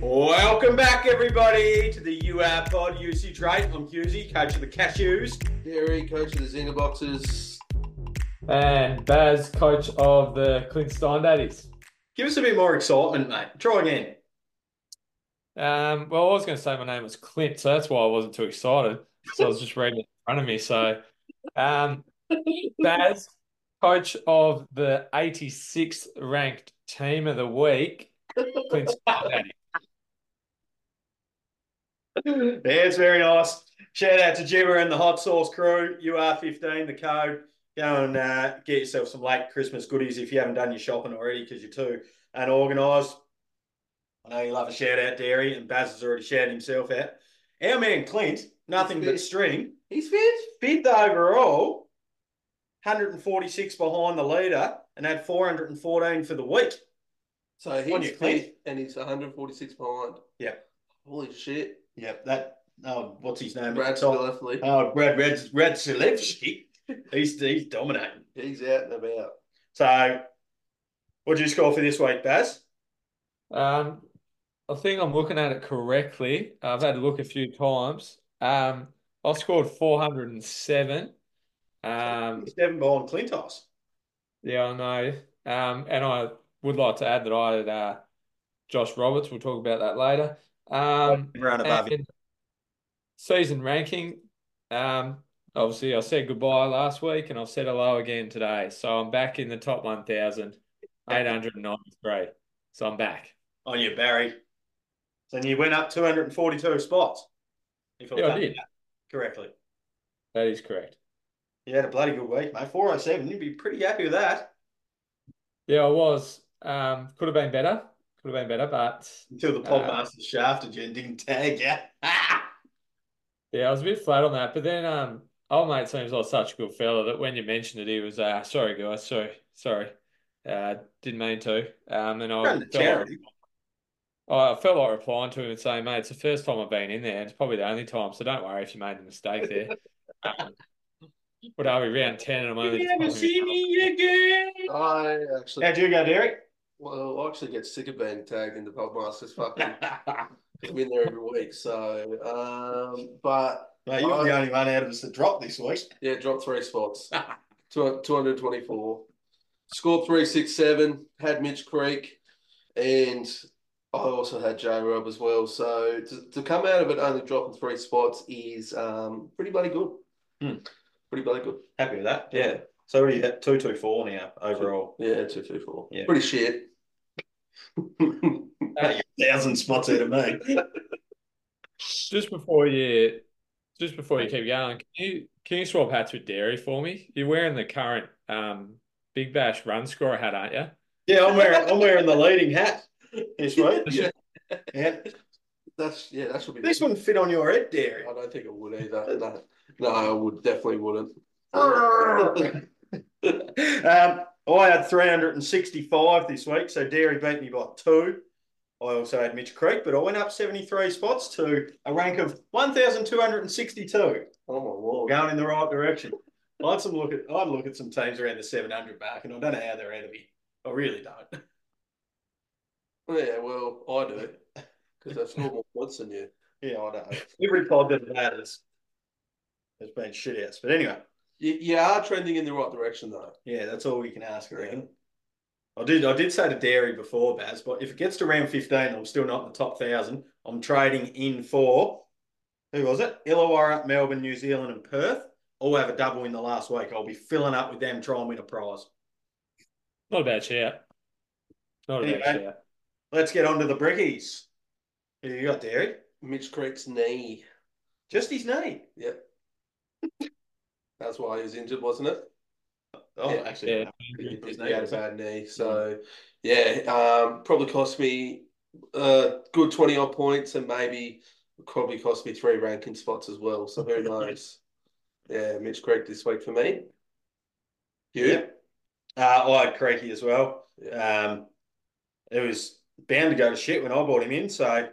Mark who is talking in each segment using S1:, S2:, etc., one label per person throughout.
S1: Welcome back, everybody, to the UAP Pod UC Trade. I'm Husey, coach of the Cashews.
S2: Gary, coach of the Xena Boxers.
S3: And Baz, coach of the Clint Stein Daddies.
S1: Give us a bit more excitement, mate. Try again.
S3: Um, well, I was going to say my name was Clint, so that's why I wasn't too excited. So I was just reading it in front of me. So, um, Baz, coach of the 86th ranked team of the week, Clint Stein Daddies.
S1: yeah, it's very nice. Shout out to Jimmer and the Hot Sauce crew. UR15, the code. Go and uh, get yourself some late Christmas goodies if you haven't done your shopping already because you're too unorganised. I know you love a shout out, Derry, and Baz has already shouted himself out. Our man Clint, nothing but
S2: He's fit.
S1: string,
S2: He's fit.
S1: fifth overall, 146 behind the leader, and had 414 for the week.
S2: So
S1: On
S2: he's
S1: your clean.
S2: fit and he's 146 behind.
S1: Yep.
S2: Holy shit.
S1: Yep, that, oh, what's his name?
S2: Brad
S1: Top-
S2: athlete.
S1: Oh, Brad Red Red Silevsky. He's he's dominating.
S2: He's out and about.
S1: So what do you score for this week, Baz?
S3: Um, I think I'm looking at it correctly. I've had a look a few times. Um, I scored 407. Um,
S1: Seven ball and Clintos.
S3: yeah, I know. Um, and I would like to add that I had uh, Josh Roberts. We'll talk about that later. Um,
S1: Everyone above him.
S3: and season ranking. Um, obviously, I said goodbye last week, and I've said hello again today. So I'm back in the top 1,893. So I'm back.
S1: on you, Barry. Then you went up 242 spots. If I've
S3: Yeah, I
S1: done
S3: did.
S1: that correctly.
S3: That is correct.
S1: You had a bloody good week, mate. 407. You'd be pretty happy with that
S3: Yeah, I was. Um, could have been better. Could have been better, but
S1: until the
S3: Uh,
S1: podmaster shafted you and didn't tag you.
S3: Oh, yeah, I was a bit flat on that. But then, um, old mate seems like such a good fella that when you mentioned it, he was, uh, sorry guys, sorry, sorry, uh, didn't mean to. Um, and I
S1: Run the
S3: felt like
S1: charity.
S3: I felt like replying to him and saying, mate, it's the first time I've been in there. It's probably the only time, so don't worry if you made a mistake there. Um, what are we round ten? And I'm only.
S1: You never see me again.
S2: I actually,
S1: How'd you go, Derek?
S2: well, I actually get sick of being tagged in the Podmasters. Fucking, I'm in there every week. So, um, but
S1: Mate, you're the only one out of us that dropped this week.
S2: yeah, dropped three spots. Two- 224. Scored 367, had Mitch Creek, and I also had J Rob as well. So to, to come out of it only dropping three spots is um, pretty bloody good.
S1: Hmm.
S2: Pretty bloody good.
S1: Happy with that? Yeah. So what are you at? 224 now overall.
S2: Yeah, 224.
S1: Yeah.
S2: Pretty shit.
S1: Thousand spots out of me.
S3: Just before you, just before you keep going, can you can you swap hats with Dairy for me? You're wearing the current um Big Bash run scorer hat, aren't you?
S1: Yeah, I'm wearing I'm wearing the leading hat this week.
S2: Yeah.
S1: Yeah.
S2: That's yeah, that should be
S1: This wouldn't fit on your head, Derry.
S2: I don't think it would either. No, no I would definitely wouldn't.
S1: um, I had 365 this week, so Derry beat me by two. I also had Mitch Creek, but I went up 73 spots to a rank of 1,262.
S2: Oh my lord.
S1: Going in the right direction. I'd some look at I'd look at some teams around the 700 mark, and I don't know how they're out of me. I really don't.
S2: Yeah, well, I do. Because that's normal points than you.
S1: Yeah, I know. Every pod that I've had has has been shit outs. But anyway,
S2: you. You are trending in the right direction though.
S1: yeah, that's all we can ask, I reckon. I did I did say to Dairy before, Baz, but if it gets to round 15, I'm still not in the top thousand. I'm trading in for who was it? Illawarra, Melbourne, New Zealand, and Perth. All have a double in the last week. I'll be filling up with them, trying to win a prize.
S3: Not a bad shout. Not a bad
S1: Anyway.
S3: shout.
S1: Let's get on to the brickies. Who you got, Dairy?
S2: Mitch Creek's knee.
S1: Just his name.
S2: Yep. That's why he was injured, wasn't it?
S1: Oh,
S2: Yeah.
S1: actually,
S3: Yeah.
S2: He,
S1: His knee
S2: had a
S1: wasn't
S2: bad knee. So, yeah, um, probably cost me a good 20 odd points and maybe probably cost me three ranking spots as well. So, who knows? Yeah, Mitch Creek this week for me. You?
S1: Yep. Uh, I had Creaky as well.
S2: Yeah.
S1: Um, it was bound to go to shit when I bought him in. So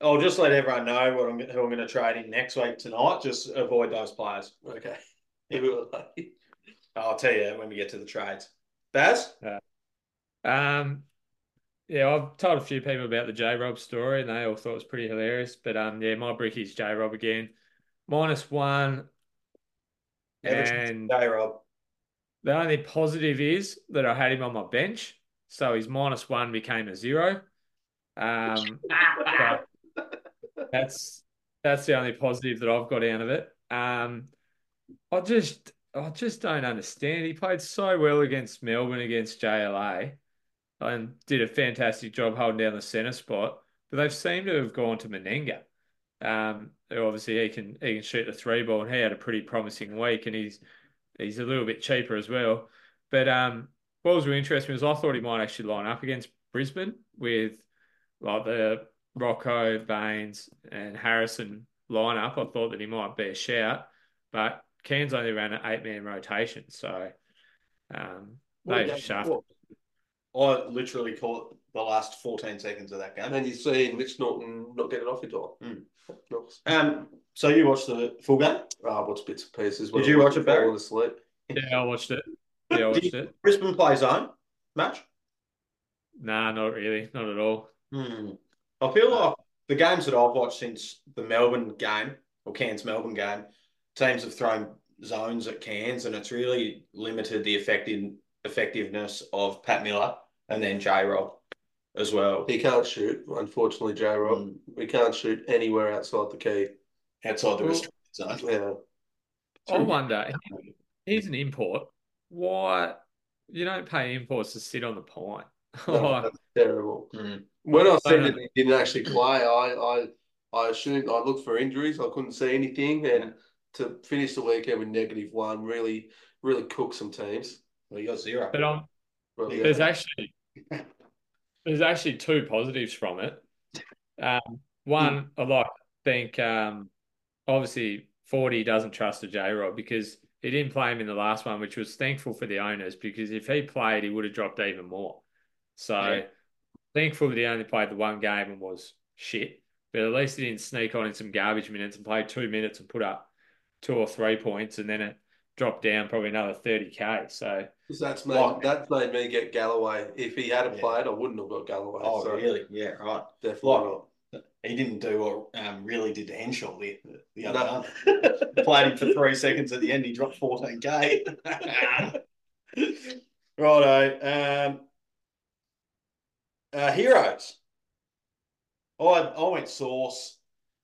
S1: I'll just let everyone know what I'm, who I'm going to trade in next week tonight. Just avoid those players.
S2: Okay.
S1: Yeah.
S2: Who are they?
S1: I'll tell you when we get to the trades. Baz,
S3: Um, yeah, I've told a few people about the J Rob story and they all thought it was pretty hilarious. But um, yeah, my bricky's J Rob again, minus one. And
S2: Mm-hmm.
S1: J Rob.
S3: the only positive is that I had him on my bench, so his minus one became a zero. Um, that's that's the only positive that I've got out of it. Um, I just I just don't understand. He played so well against Melbourne against JLA and did a fantastic job holding down the centre spot, but they've seemed to have gone to Menenga. Um, who obviously he can he can shoot the three ball and he had a pretty promising week and he's he's a little bit cheaper as well. But um, what was really interesting was I thought he might actually line up against Brisbane with like the Rocco, Baines, and Harrison lineup, I thought that he might be a shout, but Cairns only ran an eight man rotation, so um,
S2: What
S3: they
S2: a game
S3: just shafted.
S2: before.
S1: I literally caught the last 14 seconds of that game.
S2: And then you see Mitch Norton not getting off in time.
S1: Mm.
S2: Nice.
S1: Um, so you watched the full game?
S2: Ah, I watched bits and pieces. when
S1: Did
S2: I
S1: you
S2: was
S1: watch it, Barry?
S2: Falling asleep.
S3: Yeah, I watched it. Yeah, I
S1: Did
S3: watched
S1: you-
S3: it.
S1: Brisbane play zone match?
S3: Nah, not really, not at all.
S1: Hmm. I feel like the games that I've watched since the Melbourne game or Cairns Melbourne game, teams have thrown zones at Cairns, and it's really limited the effective effectiveness of Pat Miller and then J Rob as well
S2: He can't shoot, unfortunately, J Rob.
S1: Mm.
S2: We can't shoot anywhere outside the key.
S1: outside the
S3: Well-
S1: restricted zone.
S2: Yeah. Oh.
S3: I wonder. He's an import. Why you don't pay imports to sit on the pine?
S2: No,
S3: Like,
S2: that's terrible.
S1: Mm.
S2: When I
S3: I
S2: seen
S3: don't
S2: that he didn't actually play, I, I I assumed I looked for injuries. I couldn't see anything, and to finish the weekend with negative one really really cooked some teams.
S1: Well, you got zero.
S3: but I'm,
S2: Well, yeah.
S3: There's actually there's actually two positives from it. Um, one, I like think um, obviously Forty doesn't trust the J Rob because he didn't play him in the last one, which was thankful for the owners because if he played, he would have dropped even more. So
S1: Yeah.
S3: thankful that he only played the one game and was shit. But at least he didn't sneak on in some garbage minutes and play two minutes and put up two or three points, and then it dropped down probably another thirty k. So
S2: 'Cause that's made
S1: Like-
S2: that's made me get Galloway. If he had
S1: Yeah.
S2: played, I wouldn't have got Galloway.
S1: Oh,
S2: so
S1: really? Yeah, right.
S2: definitely
S1: Like-
S2: not.
S1: He didn't do what um, really did to Henshaw the, the other
S2: No.
S1: night. Played him for three seconds at the end. He dropped 14k. Righto. Um, uh, heroes. I, I went source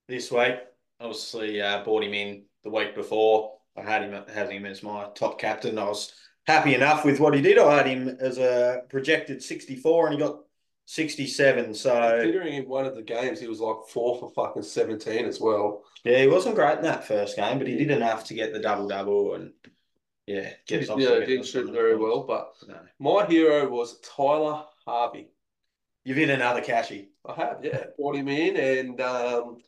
S1: this week. Obviously, uh, bought him in the week before. I had him had him as my top captain. I was happy enough with what he did. I had him as a projected 64, and he got 67. So.
S2: Considering in one of the games he was like four for fucking seventeen as well.
S1: Yeah, he wasn't great in that first game, but he did enough to get the double double and yeah,
S2: Yeah,
S1: get
S2: didn't shoot very well, but
S1: No.
S2: my hero was Tyler Harvey.
S1: You've hit another cashy.
S2: I have, yeah. Brought him in and um,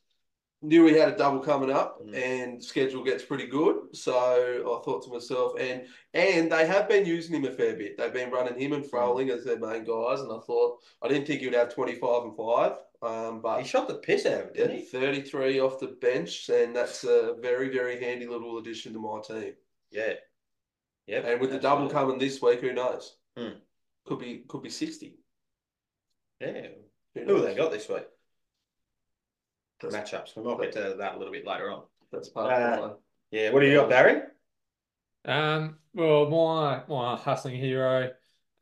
S2: knew he had a double coming up,
S1: Mm.
S2: and schedule gets pretty good. So I thought to myself, and and they have been using him a fair bit. They've been running him
S1: Mm.
S2: and Froling as their main guys, and I thought I didn't think he would have twenty five and five, um, but
S1: He shot the piss out of it, didn't
S2: yeah,
S1: he?
S2: thirty three off the bench, and that's a very very handy little addition to my team.
S1: Yeah. Yep.
S2: And with the double coming this week, who knows?
S1: Mm.
S2: Could be could be sixty.
S1: Yeah.
S2: Who
S1: Who
S2: knows?
S1: have they got this week?
S2: That's,
S1: Matchups. We might get to that a little bit later on.
S2: that's part of the
S1: Uh,
S2: play.
S1: Yeah. What do you got, Barry?
S3: Um, well, my my hustling hero,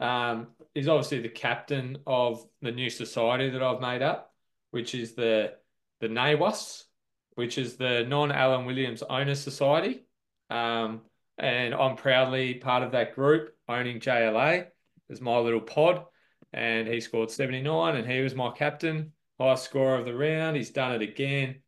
S3: um, is obviously the captain of the new society that I've made up, which is the the NAWAS, which is the non-Alan Williams Owner Society. Um, and I'm proudly part of that group, owning JLA as my little pod. And he scored 79, and he was my captain, highest scorer of the round. He's done it again.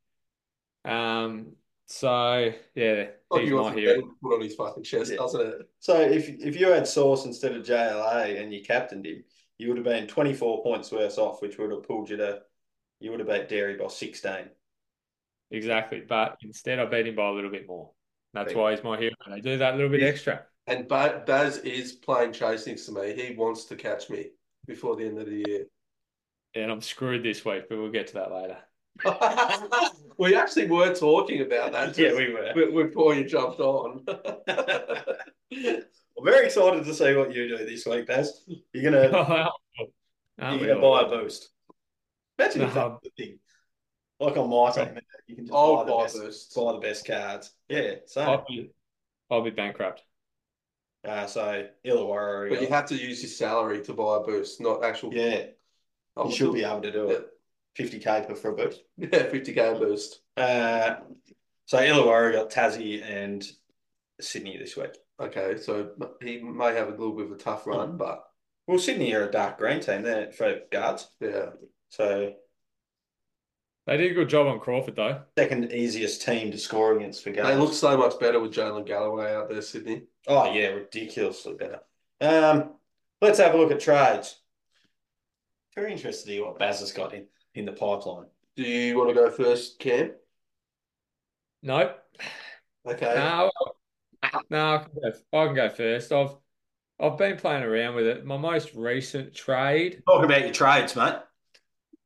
S3: Um, so yeah,
S2: Oh,
S3: he's
S2: you
S3: my
S2: want to
S3: hero.
S2: bet him put on his fucking chest,
S1: Yeah.
S2: doesn't it?
S1: So if if you had Source instead of JLA and you captained him, you would have been twenty four points worse off, which would have pulled you to you would have beat Derry by sixteen.
S3: Exactly. But instead, I beat him by a little bit more. That's
S1: Right.
S3: why he's my hero. They do that little bit
S2: Yeah.
S3: extra.
S2: And Ba- Baz is playing chasing to me. He wants to catch me before the end of the year.
S3: And I'm screwed this week, but we'll get to that later.
S2: we actually were talking about that.
S1: yeah, we were.
S2: we, before you jumped on.
S1: I'm very excited to see what you do this week, Baz. You're gonna
S3: I
S1: you
S3: aren't we
S1: got to
S3: all?
S1: buy a boost. Imagine if
S3: No.
S1: that's the thing. Like on my time, you can just
S2: I'll
S1: buy, the
S2: buy
S1: best,
S2: boost.
S1: buy the best cards. Yeah, so
S3: I'll be, I'll be bankrupt.
S1: uh, so Illawarra.
S2: But you have to use your salary to buy a boost, not actual.
S1: yeah,
S2: I
S1: you
S2: would
S1: should
S2: do-
S1: be able to do
S2: Yeah,
S1: it. Fifty k for a boost.
S2: yeah, 50k boost.
S1: Uh, so Illawarra got Tassie and Sydney this week.
S2: Okay, so m- he may have a little bit of a tough
S1: Mm-hmm.
S2: run, but
S1: Well, Sydney are a dark green team there for guards,
S2: yeah,
S1: so
S3: They did a good job on Crawford though.
S1: second easiest team to score against for guards.
S2: they look so much better with Jalen Galloway out there, Sydney.
S1: Oh yeah, ridiculously better. Um, let's have a look at trades. Very interested to hear what Baz has got in in the pipeline.
S2: Do you want to go first, Cam?
S3: Nope.
S2: Okay.
S3: No, no, I can go, I can go first. I've I've been playing around with it. My most recent trade,
S1: Talk about your trades, mate.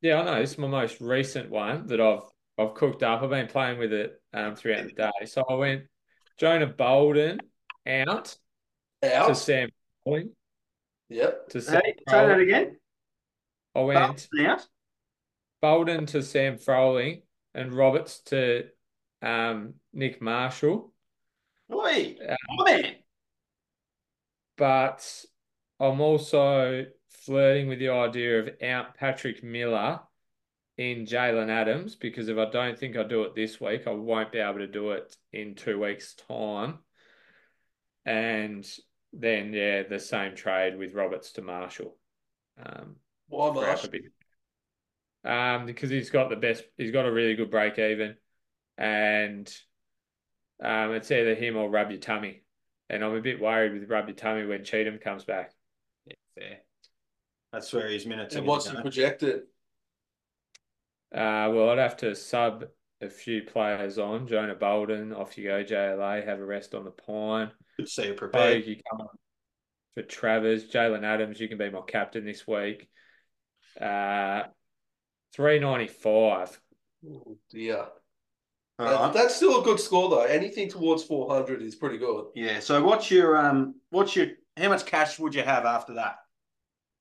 S3: yeah, I know it's my most recent one that I've I've cooked up. I've been playing with it um, throughout the day. So I went Jonah Bolden out to
S2: Out.
S3: Sam Collin
S2: Yep.
S3: to Sam Froling.
S1: again.
S3: I went
S1: out.
S3: Bolden to Sam Froling and Roberts to um, Nick Marshall.
S1: Oi,
S3: Uh,
S1: my man.
S3: but I'm also flirting with the idea of out Patrick Miller in Jalen Adams because if I don't think I do it this week, I won't be able to do it in two weeks' time. And then, yeah, the same trade with Roberts to Marshall. Um,
S2: Why
S3: for
S2: Marsh?
S3: Appleby. Um, because he's got the best, he's got a really good break even, and um, it's either him or Rub Your Tummy, and I'm a bit worried with Rub Your Tummy when Cheatham comes back.
S1: Yeah, fair. That's where his minutes. are
S2: And
S1: gonna
S2: what's the
S1: go.
S2: projected?
S3: Uh, well, I'd have to sub a few players on. Jonah Bolden, off you go, JLA, have a rest on the pine.
S1: Good to see you prepared.
S3: Bogue, you come on for Travers. Jalen Adams, you can be my captain this week. Uh, three ninety five.
S2: Oh, dear.
S1: All
S2: That-
S1: right.
S2: That's still a good score though. Anything towards 400 is pretty good.
S1: Yeah. So what's your um? What's your how much cash would you have after that?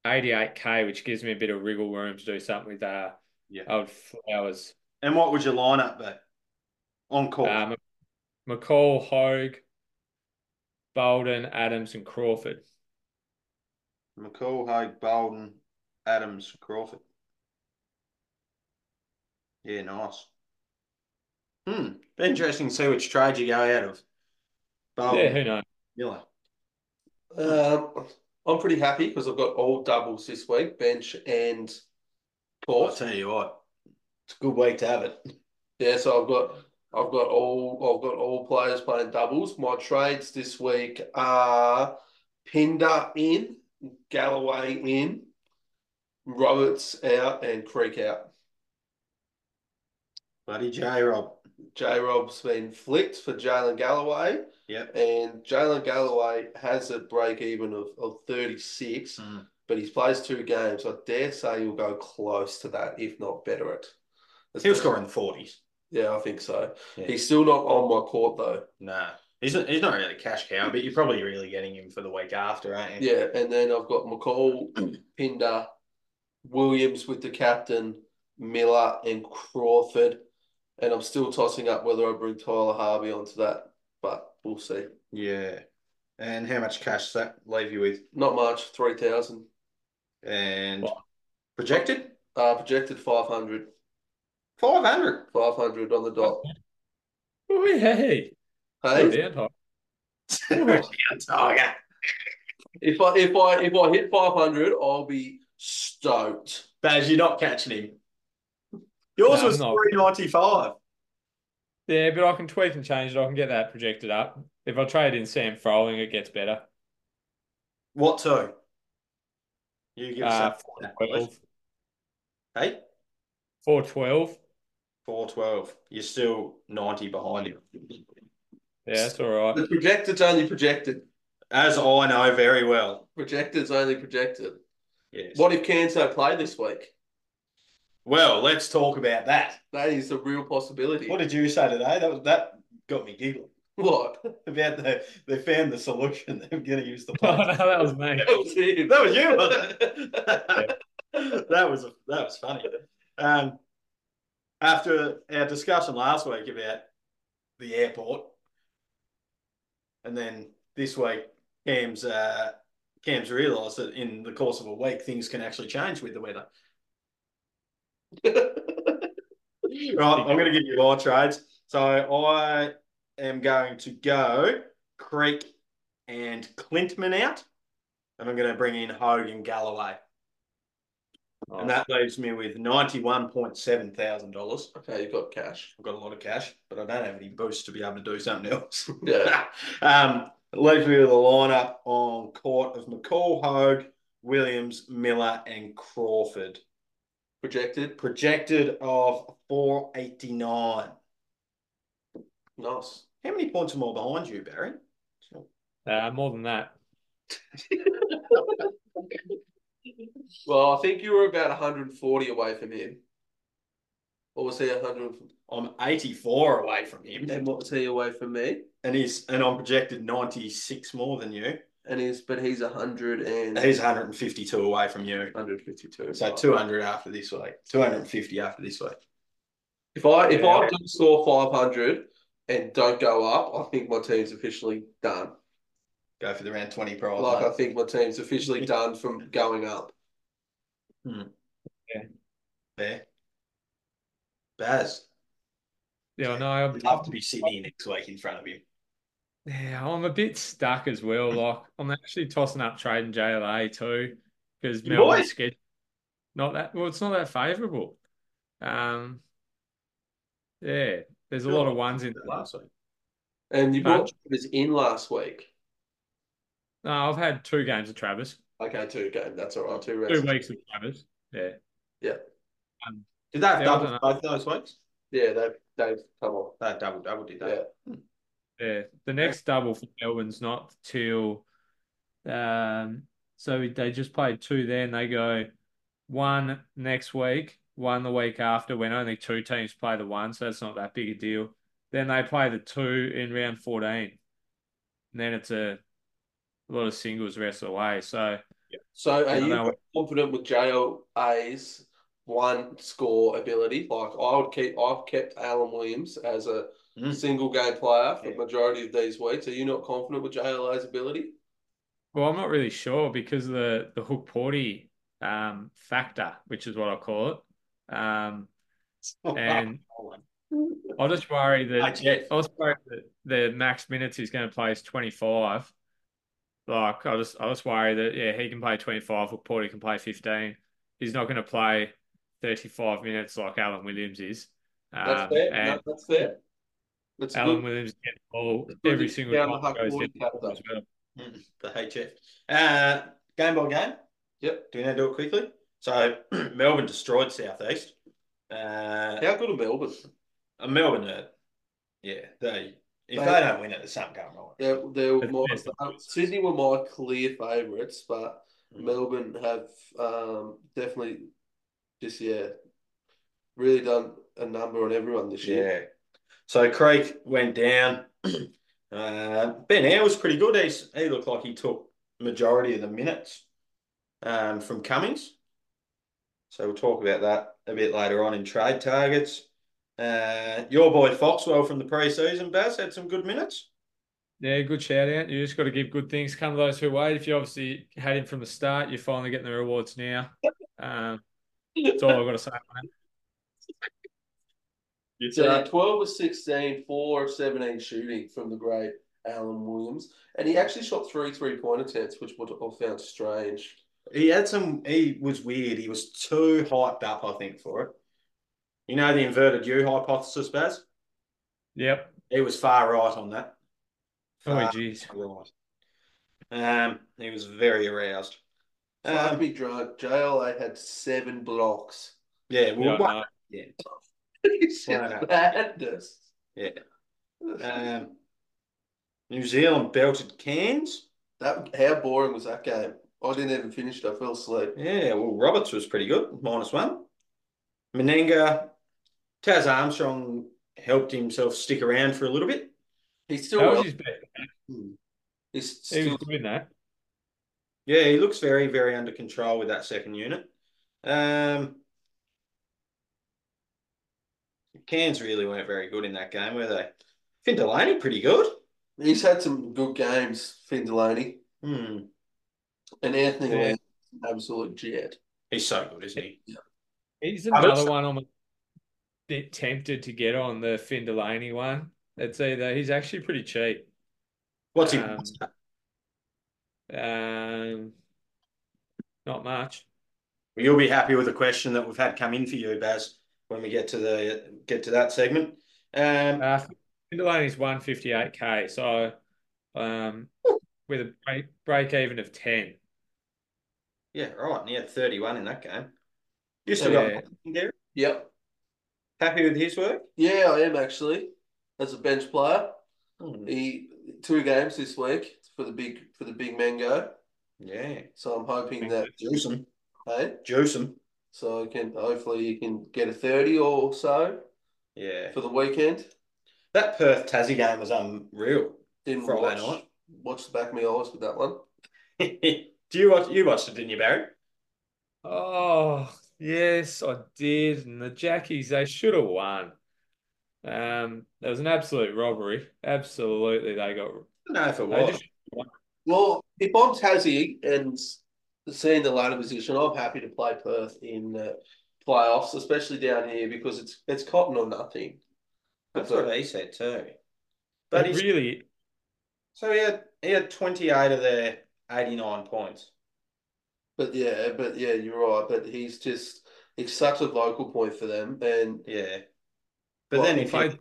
S3: 88k, which gives me a bit of wriggle room to do something with uh,
S1: Yeah.
S3: old flowers.
S1: And what would your lineup be? On call.
S3: Um, McCall, Hogue, Bolden, Adams, and Crawford.
S1: McCall, Hogue, Bolden, Adams, Crawford. Yeah, nice. Hmm. Be interesting to see which trade you go out of.
S3: Yeah,
S1: Bolden,
S3: who knows?
S1: Miller.
S2: Um, I'm pretty happy because I've got all doubles this week, bench and
S1: I'll
S2: court.
S1: tell you what, it's a good week to have it.
S2: Yeah, so I've got I've got all I've got all players playing doubles. My trades this week are Pinder in, Galloway in, Roberts out, and Creek out.
S1: Bloody J Rob.
S2: J Rob's been flicked for Jalen Galloway,
S1: Yep.
S2: and Jalen Galloway has a break even of, of 36,
S1: Mm.
S2: but he's plays two games. I dare say he'll go close to that, if not better it.
S1: He'll score in the 40s.
S2: Yeah, I think so.
S1: Yeah.
S2: He's still not on my court though.
S1: Nah. He's, not- he's not really a cash cow, but you're probably really getting him for the week after, aren't you?
S2: Yeah, and then I've got McCall, Pinder, Williams with the captain, Miller, and Crawford. And I'm still tossing up whether I bring Tyler Harvey onto that, but we'll see.
S1: Yeah. And how much cash does that leave you with?
S2: Not much, 3,000.
S1: And
S3: Well-
S1: projected?
S2: Uh, projected 500,
S1: 500.
S2: 500 on the dot.
S3: Oh, hey,
S2: Hey,
S3: down, Hogue.
S1: Tiger.
S2: if I if I if I hit 500, I'll be stoked.
S1: Baz, you're not catching him. Yours
S3: No,
S1: was
S3: I'm not.
S1: 395.
S3: Yeah, but I can tweak and change it. I can get that projected up. If I trade in Sam Froling, it gets better.
S1: What two? You give
S3: Uh,
S1: us that, please. Hey,
S3: 412.
S1: 412. You're still 90 behind him.
S3: Yeah, that's all right.
S2: The projected's only projected.
S1: As I know very well.
S2: Projected's only projected.
S1: Yes.
S2: What if Canso play this week?
S1: Well, let's talk about that.
S2: That is a real possibility.
S1: What did you say today? That was, that got me giggling
S2: What?
S1: about the they found the solution. They're going to use the
S3: Oh,
S1: play.
S3: no, that was me.
S2: That was him.
S1: that was you, wasn't it? that was that was funny. Um, after our discussion last week about the airport, and then this week Cam's uh, Cam's realised that in the course of a week things can actually change with the weather. Right, I'm going to give you my trades. So I am going to go Creek and Clintman out, and I'm going to bring in Hogue and Galloway, and that leaves me with ninety-one point seven thousand dollars.
S2: Okay, you've got cash.
S1: I've got a lot of cash, but I don't have any boosts to be able to do something else.
S2: Yeah.
S1: um, it leaves me with a lineup on court of McCall, Hogue, Williams, Miller, and Crawford.
S2: Projected.
S1: Projected of four eighty-nine.
S2: Nice.
S1: How many points are more behind you, Barry?
S3: Uh, more than that.
S2: Well, I think you were about 140 away from him. Or was he 100?
S1: I'm 84 away from him,
S2: And what was he away from me?
S1: and he's and I'm projected 96 more than you.
S2: And he's, but he's 100 and
S1: And he's 152 away from you.
S2: 152.
S1: So 200 after this week, 250 after this week.
S2: If I if I
S1: Yeah.
S2: don't score 500 and don't go up, I think my team's officially done.
S1: Go for the round 20 prize.
S2: Like I
S1: mate.
S2: think my team's officially done from going up.
S1: There. Baz,
S3: Yeah, no, I'm,
S1: would love to be Sydney next week in front of him.
S3: yeah, I'm a bit stuck as well. Like I'm actually tossing up trading JLA too because
S1: You
S3: Melbourne's
S1: would?
S3: schedule not that well. It's not that favourable. Um, yeah, there's a lot of ones in there.
S1: last week.
S2: And you
S3: Huh?
S2: brought Travis in last week.
S3: No, I've had two games of Travis,
S2: Okay, two game. That's all right. Two
S3: two
S2: rounds.
S3: weeks of Travis. Yeah,
S1: Did they have
S3: Yeah, I
S1: double
S3: don't know.
S1: both those weeks?
S2: Yeah, they've they've come on.
S1: They had double double, did they?
S2: Yeah.
S3: yeah. The next double for Melbourne's not till, um, so they just played two there, and they go one next week, one the week after, when only two teams play the one, so it's not that big a deal. Then they play the two in round fourteen, and then it's a, a lot of singles the rest of the way. So
S2: So are
S3: I don't
S2: you
S3: know.
S2: confident with JLA's one score ability? Like I would keep I've kept Alan Williams as a
S1: Mm.
S2: single game player for
S1: Yeah.
S2: the majority of these weeks. Are you not confident with JLA's ability?
S3: Well, I'm not really sure because of the the hook porty um, factor, which is what I call it. Um, and I just worry
S1: Hey,
S3: that
S1: Jeff.
S3: I was worried that the max minutes he's going to play is 25. Like I just I just worry that yeah he can play 25, hook porty can play 15. He's not going to play 35 minutes like Alan Williams is.
S2: That's
S3: Um,
S2: fair. No,
S3: and
S2: that's fair. That's a
S3: Alan
S2: good.
S3: Williams gets the ball
S2: It's good
S3: every
S2: that
S3: single
S2: down
S3: time
S2: the
S3: he
S2: hook
S3: goes
S2: porty
S3: down the ball
S2: factor.
S3: as well.
S1: the HF. Uh, game by game.
S2: Yep.
S1: Do we now do it quickly? So Melbourne destroyed Southeast. Uh,
S2: How good are Melbourne?
S1: and Melbourne, uh, yeah, they if
S2: They-
S1: they, don't win it, there's something going wrong.
S2: They're, they're
S3: They're
S2: my, uh,
S3: best.
S2: Sydney were my clear favourites, but
S1: Mm.
S2: Melbourne have um, definitely just yeah really done a number on everyone this year.
S1: Yeah. So Creek went down. uh, ben Howe was pretty good. He's, he looked like he took majority of the minutes um, from Cummings. So we'll talk about that a bit later on in trade targets. Uh, your boy Foxwell from the preseason, Baz, had some good minutes.
S3: Yeah, good shout out. You just got to give good things come to those who wait. If you obviously had him from the start, you're finally getting the rewards now. Um, that's all I've got to say. on that.
S2: So 12 uh, of 16, 4 of 17 shooting from the great Alan Williams. And he actually shot three three point attempts, which what I found strange.
S1: He had some. He was weird. He was too hyped up, I think, for it. You know the inverted U hypothesis, Baz.
S3: Yep.
S1: He was far right on that. Uh,
S2: Uh,
S3: Oh, geez.
S1: Right. Um, he was very aroused.
S2: Fuck
S1: Um,
S2: me drunk. JLA had seven blocks.
S1: yeah,
S3: Yeah,
S1: well,
S3: I know.
S2: It's just
S1: Wow.
S2: madness.
S1: Yeah.
S2: Uh,
S1: um, New Zealand belted Cairns.
S2: That how boring was that game? I didn't even finish it. I fell asleep.
S1: Yeah, well, Roberts was pretty good, minus one. Menenga, Taz Armstrong helped himself stick around for a little bit.
S2: He's still
S3: That was
S2: well-
S3: his best.
S2: he's
S3: He
S2: still
S3: was doing that.
S1: Yeah, he looks very, very under control with that second unit. Um, Cairns really weren't very good in that game, were they? Finn Delaney, pretty good.
S2: He's had some good games, Finn Delaney.
S1: Hmm.
S2: And Anthony
S1: Yeah.
S2: Lamb, absolute jet.
S1: He's so good, isn't he?
S3: He's
S1: I
S3: another
S1: also-
S3: one I'm a bit tempted to get on the Finn Delaney one. It's either he's actually pretty cheap.
S1: What's he?
S3: Um, Um, not much.
S1: You'll be happy with a question that we've had come in for you, Baz, when we get to the get to that segment. Um,
S3: Uh, Finn Delaney's 158k, so um, with a break, break even of 10.
S1: yeah, right. And he had 31 in that game. You still got
S3: Yeah.
S1: Martin there?
S2: Yep.
S1: Happy with his work?
S2: Yeah, I am actually. As a bench player.
S1: Hmm.
S3: Mm.
S2: He two games this week for the big for the big mango.
S1: Yeah.
S2: So I'm hoping that
S1: Juice him.
S2: hey,
S1: Juice him.
S2: so I can hopefully you can get a thirty or so
S1: Yeah.
S2: for the weekend.
S1: That Perth Tassie game was unreal.
S2: Didn't
S1: Friday
S2: watch
S1: night.
S2: watch the back of my eyes with that one.
S1: Do you watch? You watched it, didn't you, Barry?
S3: Oh, yes, I did. And the Jackies, they should have won. Um, that was an absolute robbery. Absolutely, they got.
S1: I don't know if it
S3: They
S1: was.
S3: just,
S2: Well, if I'm Tassie and seeing the latter position, I'm happy to play Perth in uh, playoffs, especially down here because it's it's cotton or nothing.
S1: That's what he said too. But
S3: it
S1: he's,
S3: really,
S1: so he had he had 28 of their 89 points.
S2: But yeah, but yeah, you're right. But he's just it's such a vocal point for them, and
S1: Yeah. But
S2: Well,
S1: then
S2: he
S1: if
S3: played
S1: you,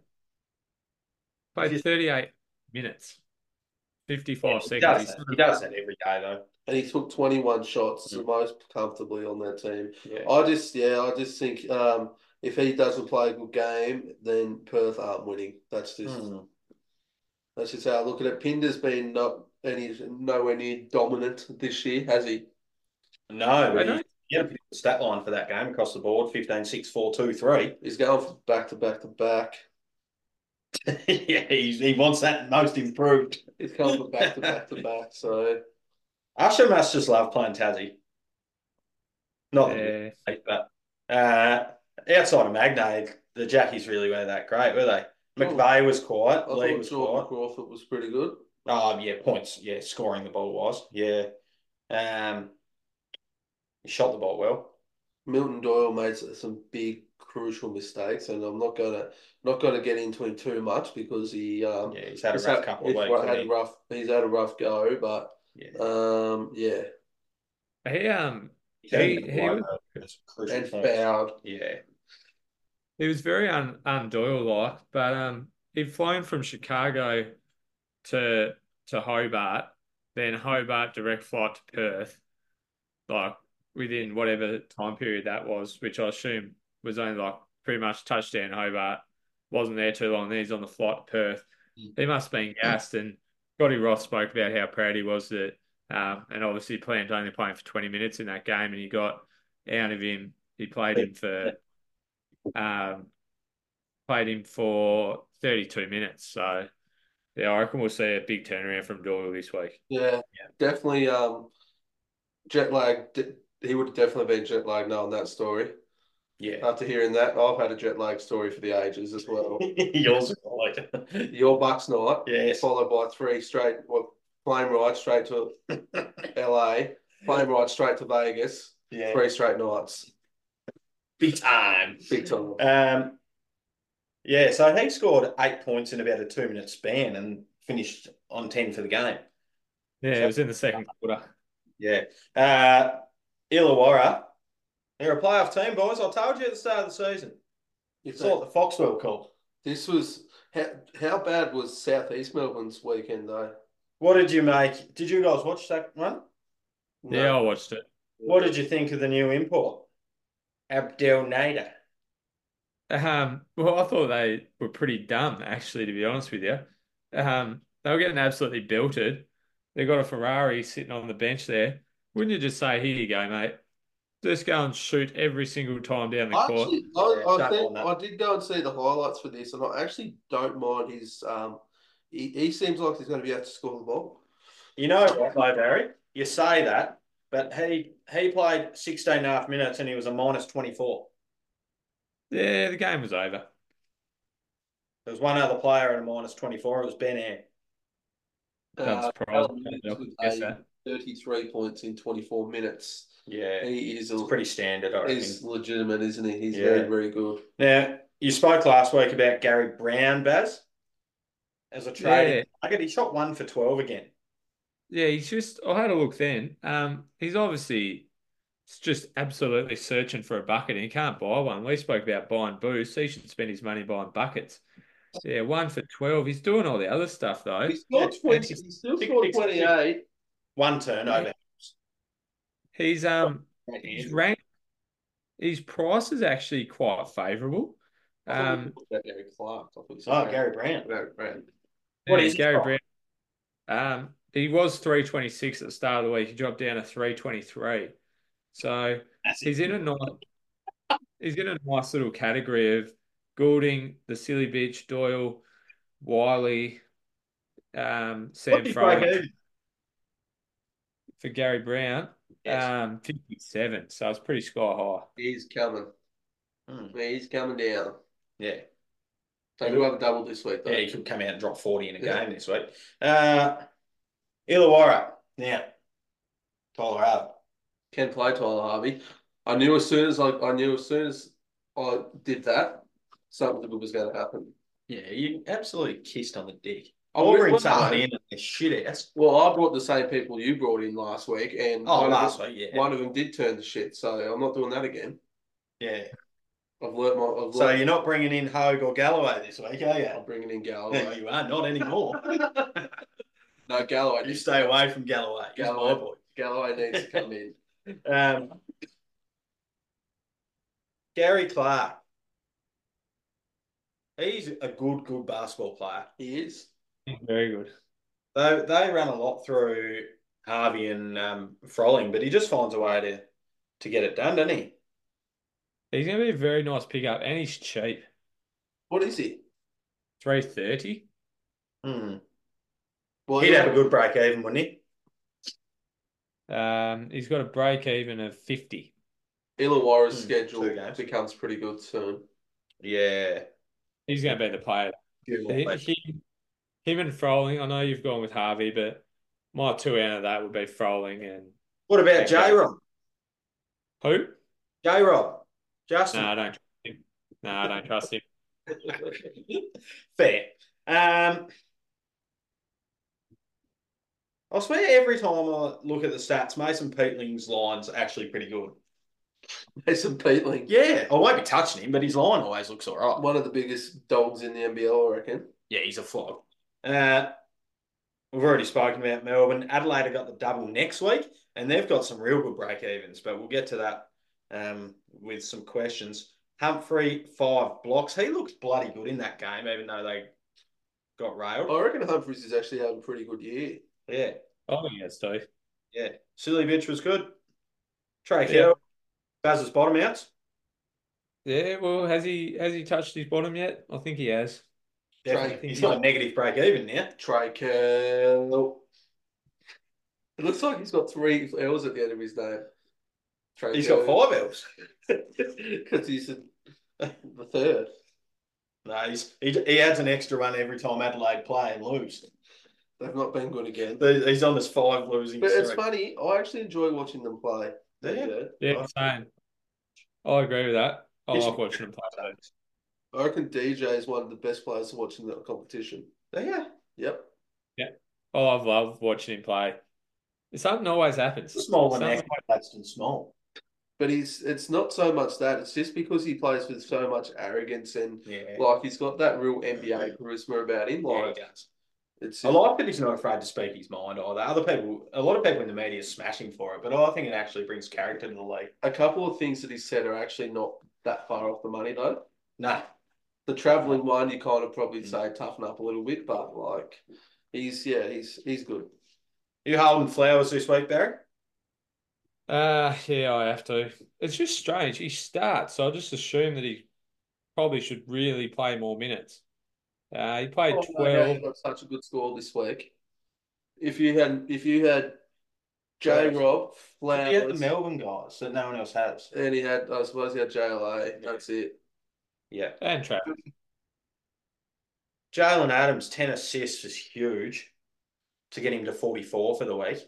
S3: played
S1: If you-
S3: 38 minutes, 55
S1: he
S3: seconds.
S1: does that, he does that every day though.
S2: and he took 21 shots
S1: Mm.
S2: the most comfortably on that team.
S1: Yeah.
S2: I just yeah, I just think um, if he doesn't play a good game, then Perth aren't winning. That's just.
S3: Hmm.
S1: Mm.
S2: That's just how I look at it. Pinder's been not any nowhere near dominant this year, has he?
S1: No,
S3: I
S1: but
S3: don't-
S1: he, he had a pretty good stat line for that game across the board 15, 6, 4, 2, 3.
S2: He's going from back to back to back.
S1: yeah, he, he wants that most improved.
S2: He's going from back to back to back. So
S1: Usher must just love playing Tassie. Not that
S3: Yeah.
S1: Like that. Uh, outside of Magne, the Jackies really weren't that great, were they?
S3: Oh.
S1: McVeigh was
S2: I
S1: quiet.
S2: thought
S1: Lee was
S2: Jordan
S1: quiet.
S2: Crawford was pretty good.
S1: Oh, yeah, points. Yeah, scoring the ball was. Yeah. Um, he shot the ball well.
S2: Milton Doyle made s- some big crucial mistakes, and I'm not gonna not gonna get into him too much because he um
S1: Yeah, he's had a
S2: he's
S1: rough
S2: had-
S1: couple of
S2: he's
S1: weeks.
S2: had
S1: hasn't
S2: a rough he's had a rough go, but
S1: he? Yeah.
S2: um yeah,
S3: He um
S1: He's had
S3: he-
S1: a couple
S3: he
S1: of
S3: was-
S1: those. It's crucial
S2: and
S1: points.
S2: fouled.
S1: Yeah.
S3: he was very un un Doyle like, but um he'd flown from Chicago to to Hobart, then Hobart direct flight to Perth, like within whatever time period that was, which I assume was only like pretty much touchdown Hobart. Wasn't there too long. Then he's on the flight to Perth.
S1: Mm.
S3: He must have been gassed. And Scotty Ross spoke about how proud he was that, um, and obviously planned only playing for 20 minutes in that game. And he got out of him. He played him for, um, played him for 32 minutes. So, yeah, I reckon we'll see a big turnaround from Doyle this week.
S2: Yeah, definitely. Um, jet lag. d- He would have definitely been jet lagged knowing that story.
S1: Yeah.
S2: After hearing that, I've had a jet lag story for the ages as well.
S1: Uh, Yours is like
S2: Your Bucks night,
S1: Yes.
S2: followed by three straight. Well, plane ride straight to LA, plane ride straight to Vegas,
S1: Yeah.
S2: three straight nights,
S1: Big time.
S2: big time.
S1: Um, yeah, so he scored eight points in about a two minute span and finished on 10 for the game.
S3: Yeah, it was in the second quarter.
S1: Yeah. Uh, Illawarra, they're a playoff team, boys. I told you at the start of the season. It's all the Foxwell call.
S2: This was how, how bad was Southeast Melbourne's weekend though?
S1: What did you make? Did you guys watch that one?
S2: No.
S3: Yeah, I watched it.
S1: What did you think of the new import? Abdel Nader.
S3: Um, well, I thought they were pretty dumb, actually, to be honest with you. Um, they were getting absolutely belted. They got a Ferrari sitting on the bench there. Wouldn't you just say, "Here you go, mate. Just go and shoot every single time down the
S2: I
S3: court."
S2: actually, I,
S1: Yeah,
S2: I
S1: don't
S2: think I
S1: want
S2: did go and see the highlights for this, and I actually don't mind his. Um, he, he seems like he's going to be able to score the ball.
S1: You know what, though, Barry? You say that, but he he played 16 and a half minutes and he was a minus 24.
S3: Yeah, the game was over.
S1: There was one other player at a minus 24. It was Ben Ann.
S3: Don't
S2: Uh,
S3: surprise
S2: Alan
S3: me.
S2: Williams with
S3: Guess
S2: a
S3: that.
S2: 33 points in 24 minutes.
S1: Yeah,
S2: He is a,
S1: it's pretty standard, I reckon.
S2: he's legitimate, isn't he? He's
S1: Yeah.
S2: very, very good.
S1: Now, you spoke last week about Gary Brown, Baz, as a trading
S3: Yeah.
S1: target. He shot one for 12 again.
S3: Yeah, he's just. I had a look then. Um, he's obviously s- just absolutely searching for a bucket, and he can't buy one. We spoke about buying booze. He should spend his money buying buckets. Yeah, one for twelve. He's doing all the other stuff though.
S2: He's scored
S1: Yeah,
S2: 20, he still
S1: six-
S2: scored
S1: six-
S2: 28.
S1: One turnover.
S3: He's um, his
S1: Yeah.
S3: rank, his price is actually quite favourable.
S2: I thought we
S3: Um,
S2: talked about Gary Clark. I thought we said
S1: Oh, Gary Brown.
S2: Gary Brown.
S1: What
S3: yeah,
S1: is his
S3: Gary
S1: price?
S3: Brown? Um, he was three twenty six at the start of the week. He dropped down to three twenty three. So.
S1: That's it.
S3: He's in a nice, he's in a nice little category of Goulding, the silly bitch, Doyle, Wiley, um,
S1: What
S3: Sam
S1: did
S3: Frowick
S1: Craig do?
S3: for Gary Brown,
S2: Yes,
S3: um, 57. So it's pretty sky high.
S2: he's coming.
S1: Hmm,
S2: He's coming down.
S1: Yeah.
S2: They do have a double this week, though.
S1: Yeah, he could come out and drop 40 in a
S2: Yeah.
S1: game this week. Uh, Illawarra. Now, Tyler Arthur.
S2: Can play Tyler Harvey. I knew as soon as I, I knew as soon as I did that, something good was going to happen.
S1: Yeah, you absolutely kissed on the dick.
S2: I
S1: Or bring
S2: went-
S1: someone in and they shit ass.
S2: Well, I brought the same people you brought in last week, and
S1: Oh,
S2: one of
S1: last
S2: them-
S1: week, yeah.
S2: one of them did turn the shit. So I'm not doing that again.
S1: Yeah.
S2: I've learnt my. I've
S1: So
S2: learnt,
S1: you're not bringing in Hogue or Galloway this week, are you?
S2: I'm bringing in
S1: No,
S2: Galloway.
S1: Oh, you are not anymore.
S2: no, Galloway.
S1: you
S2: needs-
S1: stay away from Galloway. He's my
S2: Galloway. Galloway needs to come in.
S1: boy. Um, Gary Clark. He's a good, good basketball player.
S2: He is.
S3: Very good.
S1: They they run a lot through Harvey and um, Froling, but he just finds a way to to get it done, doesn't he?
S3: He's going to be a very nice pickup and he's cheap.
S2: What is he?
S3: 330.
S1: Hmm.
S2: Well,
S1: He'd have a good break even, wouldn't he?
S3: Um, he's got a break even of 50.
S2: Illawarra's
S1: Hmm, two
S2: schedule
S1: games.
S2: becomes pretty good soon.
S1: Yeah.
S3: He's going to be the player. He- Him, him and Froling. I know you've gone with Harvey, but my two out of that would be Froling and
S1: What about J Rob?
S3: who?
S1: J Rob. Justin.
S3: No, I don't trust him. No, I don't trust him.
S1: Fair. Um, I swear every time I look at the stats, Mason Peatling's line's actually pretty good.
S2: Mason Peatling,
S1: Yeah, I won't be touching him, but his line always looks all right.
S2: one of the biggest dogs in the NBL, I reckon.
S1: Yeah, he's a flog. Uh, we've already spoken about Melbourne. Adelaide have got the double next week, and they've got some real good break evens, but we'll get to that um, with some questions. Humphrey, five blocks. He looks bloody good in that game, even though they got railed.
S2: I reckon Humphries is actually having a pretty good year.
S1: Yeah,
S3: Oh, yes, Steve.
S1: yeah. Silly bitch was good. Trey
S3: Yeah.
S1: Hill, Baz's bottom outs.
S3: Yeah, well, has he has he touched his bottom yet? I think he has.
S1: Definitely.
S2: Trey-
S1: He's got a negative break even now.
S2: Trey Curl. It looks like he's got three L's at the end of his name. Trey
S1: He's got five L's.
S2: Because he's the the third.
S1: No, he's, he, he adds an extra one every time Adelaide play and lose.
S2: They've not been good again. But
S1: They- He's on this five losing
S2: it's
S1: streak.
S2: funny. I actually enjoy watching them play.
S1: Yeah.
S3: Yeah, same. I agree with that. I
S1: He's-
S3: like watching him play.
S2: I reckon DJ is one of the best players to watch in that competition.
S1: Yeah.
S2: Yep.
S3: Oh, I love, love watching him play. Something always happens.
S1: It's a small one. eh?
S3: Something-
S1: That's too small.
S2: But he's it's not so much that, it's just because he plays with so much arrogance and
S1: Yeah.
S2: like he's got that real NBA charisma about him.
S1: Yeah, he
S2: Like
S1: does.
S2: it's
S1: I like that he's not afraid to speak his mind either. Other people, a lot of people in the media are smashing for it, but I think it actually brings character to the league.
S2: a couple of things that he said are actually not that far off the money though.
S1: Nah,
S2: The traveling one, you kind of probably
S1: Mm.
S2: say toughen up a little bit, but like he's yeah, he's he's good.
S1: you holding flowers this week, Barry?
S3: Uh, yeah, I have to. It's just strange. He starts, so I just assume that he probably should really play more minutes. Uh, he played
S2: Oh, no,
S3: 12.
S2: he got such a good score this week. If you had if you had J Rob,
S1: Did you Get the
S2: Flowers,
S1: Melbourne guys that no one else has.
S2: and he had, I suppose, he had JLA. That's it.
S1: Yeah.
S3: And Travis.
S1: Jalen Adams, 10 assists is huge to get him to 44 for the week.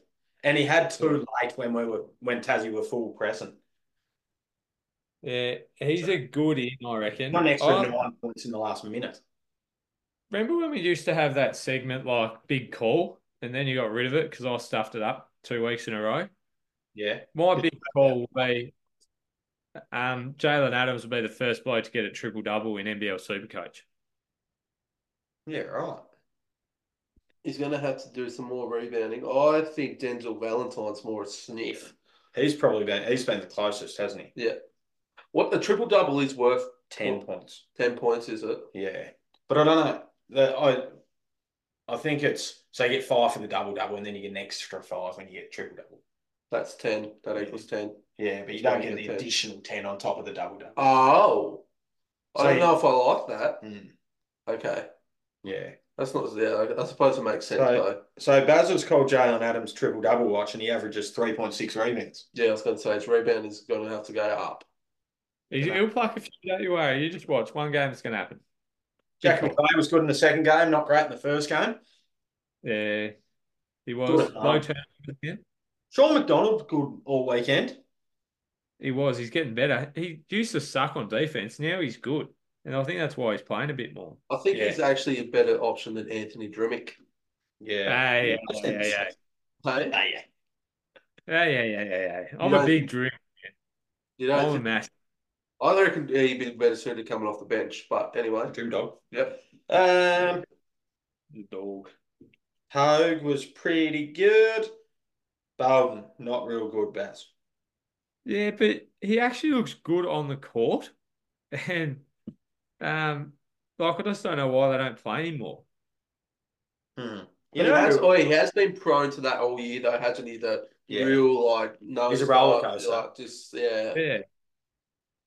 S1: And he had two late when we were when Tassie were full pressing.
S3: Yeah, he's a good in, I reckon.
S1: Not an extra
S3: I-
S1: nine points in the last minute.
S3: Remember when we used to have that segment like big call, and then you got rid of it because I stuffed it up two weeks in a row.
S1: Yeah.
S3: My big call will be um, Jalen Adams will be the first bloke to get a triple double in NBL Supercoach.
S1: Yeah, right.
S2: He's going to have to do some more rebounding. I think Denzel Valentine's more a sniff.
S1: He's probably been he's been the closest, hasn't he?
S2: What a triple double is worth
S1: Ten
S2: Well-
S1: points.
S2: ten points, is it?
S1: Yeah. But I don't know. The, I I think it's so you get five for the double double and then you get an extra five when you get triple double.
S2: That's ten. That
S1: Yeah.
S2: equals ten.
S1: Yeah, but you don't get
S2: Yeah,
S1: the
S2: yeah.
S1: additional ten on top of the double double.
S2: Oh, I
S1: So
S2: don't
S1: you-
S2: know if I like that.
S1: Mm,
S2: Okay,
S1: yeah.
S2: that's not. Yeah, I, I suppose it makes sense
S1: So-
S2: though.
S1: So Basil's called Jalen Adams triple double watch, and he averages three point six rebounds.
S2: Yeah, I was going to say his rebound is going to have to go up.
S3: He's,
S1: Yeah.
S3: he'll pluck a few, don't you worry. You just watch. One game it's going to happen.
S1: Jack McVay was good in the second game, not great in the first game.
S3: Yeah, he was.
S1: Good.
S3: Low turn. Yeah,
S1: Sean McDonald good all weekend.
S3: he was. He's getting better. He used to suck on defense. Now he's good. And I think that's why he's playing a bit more.
S2: I think
S1: Yeah.
S2: he's actually a better option than Anthony Drimmick.
S1: Yeah,
S3: Yeah, yeah, yeah, yeah, yeah.
S2: Hey,
S1: Ah, yeah.
S3: Yeah, yeah, yeah, yeah, yeah. I'm
S2: You
S3: a
S2: don't-
S3: big drip.
S2: you
S3: I'm
S1: Oh,
S2: know,
S3: a massive.
S2: I reckon he'd be better suited coming off the bench. But anyway,
S1: Two dog.
S2: yep.
S1: Um,
S3: dog.
S1: Hogue was pretty good. Bowden not real good. Baz.
S3: Yeah, but he actually looks good on the court. And um like I just don't know why they don't play anymore.
S1: Hmm. You
S2: You know,
S1: know,
S2: oh, he has been prone to that all year, though, hasn't he? The
S1: Yeah.
S2: real like no,
S1: He's a roller coaster.
S2: Like, just yeah.
S3: Yeah.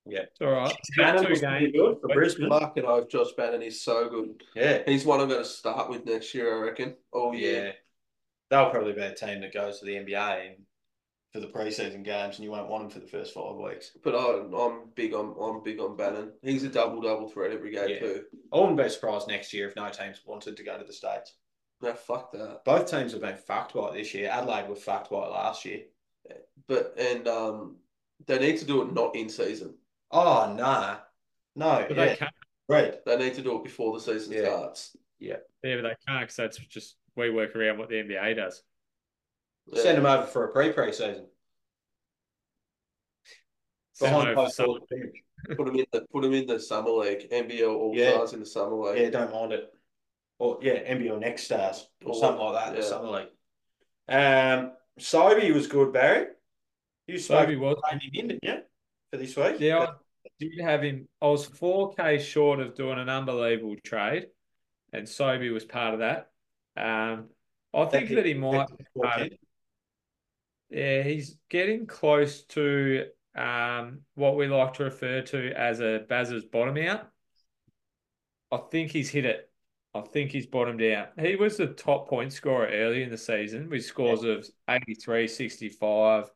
S1: Yeah.
S3: It's all right.
S1: Bannon
S3: Two
S1: was pretty
S3: games.
S1: good for Brisbane.
S2: Fucking oath, Josh Bannon is so good.
S1: Yeah,
S2: He's one I'm going to start with next year, I reckon. Oh yeah,
S1: yeah. They'll probably be a team that goes to the NBA and for the preseason games, and you won't want them for the first five weeks.
S2: but I, I'm big on I'm big on Bannon. He's a double double threat every game
S1: Yeah.
S2: too.
S1: I wouldn't be surprised next year if no teams wanted to go to the States.
S2: No, fuck that.
S1: Both teams have been fucked by it this year. Adelaide were fucked by it last year.
S2: But and um, they need to do it not in season.
S1: Oh, nah. No,
S3: But
S1: yeah,
S3: they can't
S1: right.
S2: They need to do it before the season
S1: Yeah.
S2: starts.
S3: yeah, but they can't because that's just we work around what the NBA does.
S2: Yeah.
S1: Send them over for a pre preseason.
S3: Send
S1: Behind
S3: them over
S1: post
S3: some-
S1: on the bench.
S2: Put them in the put them in the summer league, NBL All
S1: Yeah.
S2: Stars in the summer league.
S1: Yeah, don't mind it. Or yeah, NBL Next Stars or
S2: Or-
S1: something like that.
S2: yeah.
S1: Or something like. Um, Sobey was good, Barry. You spoke
S3: Toby was.
S1: about him in, didn't you, for this week?
S3: Yeah, I did have him. I was 4K short of doing an unbelievable trade, and Sobey was part of that. Um, I think that he might. Yeah, he's getting close to um, what we like to refer to as a Baz's bottom out. I think he's hit it. I think he's bottomed out. He was the top point scorer early in the season with scores of 83, 65.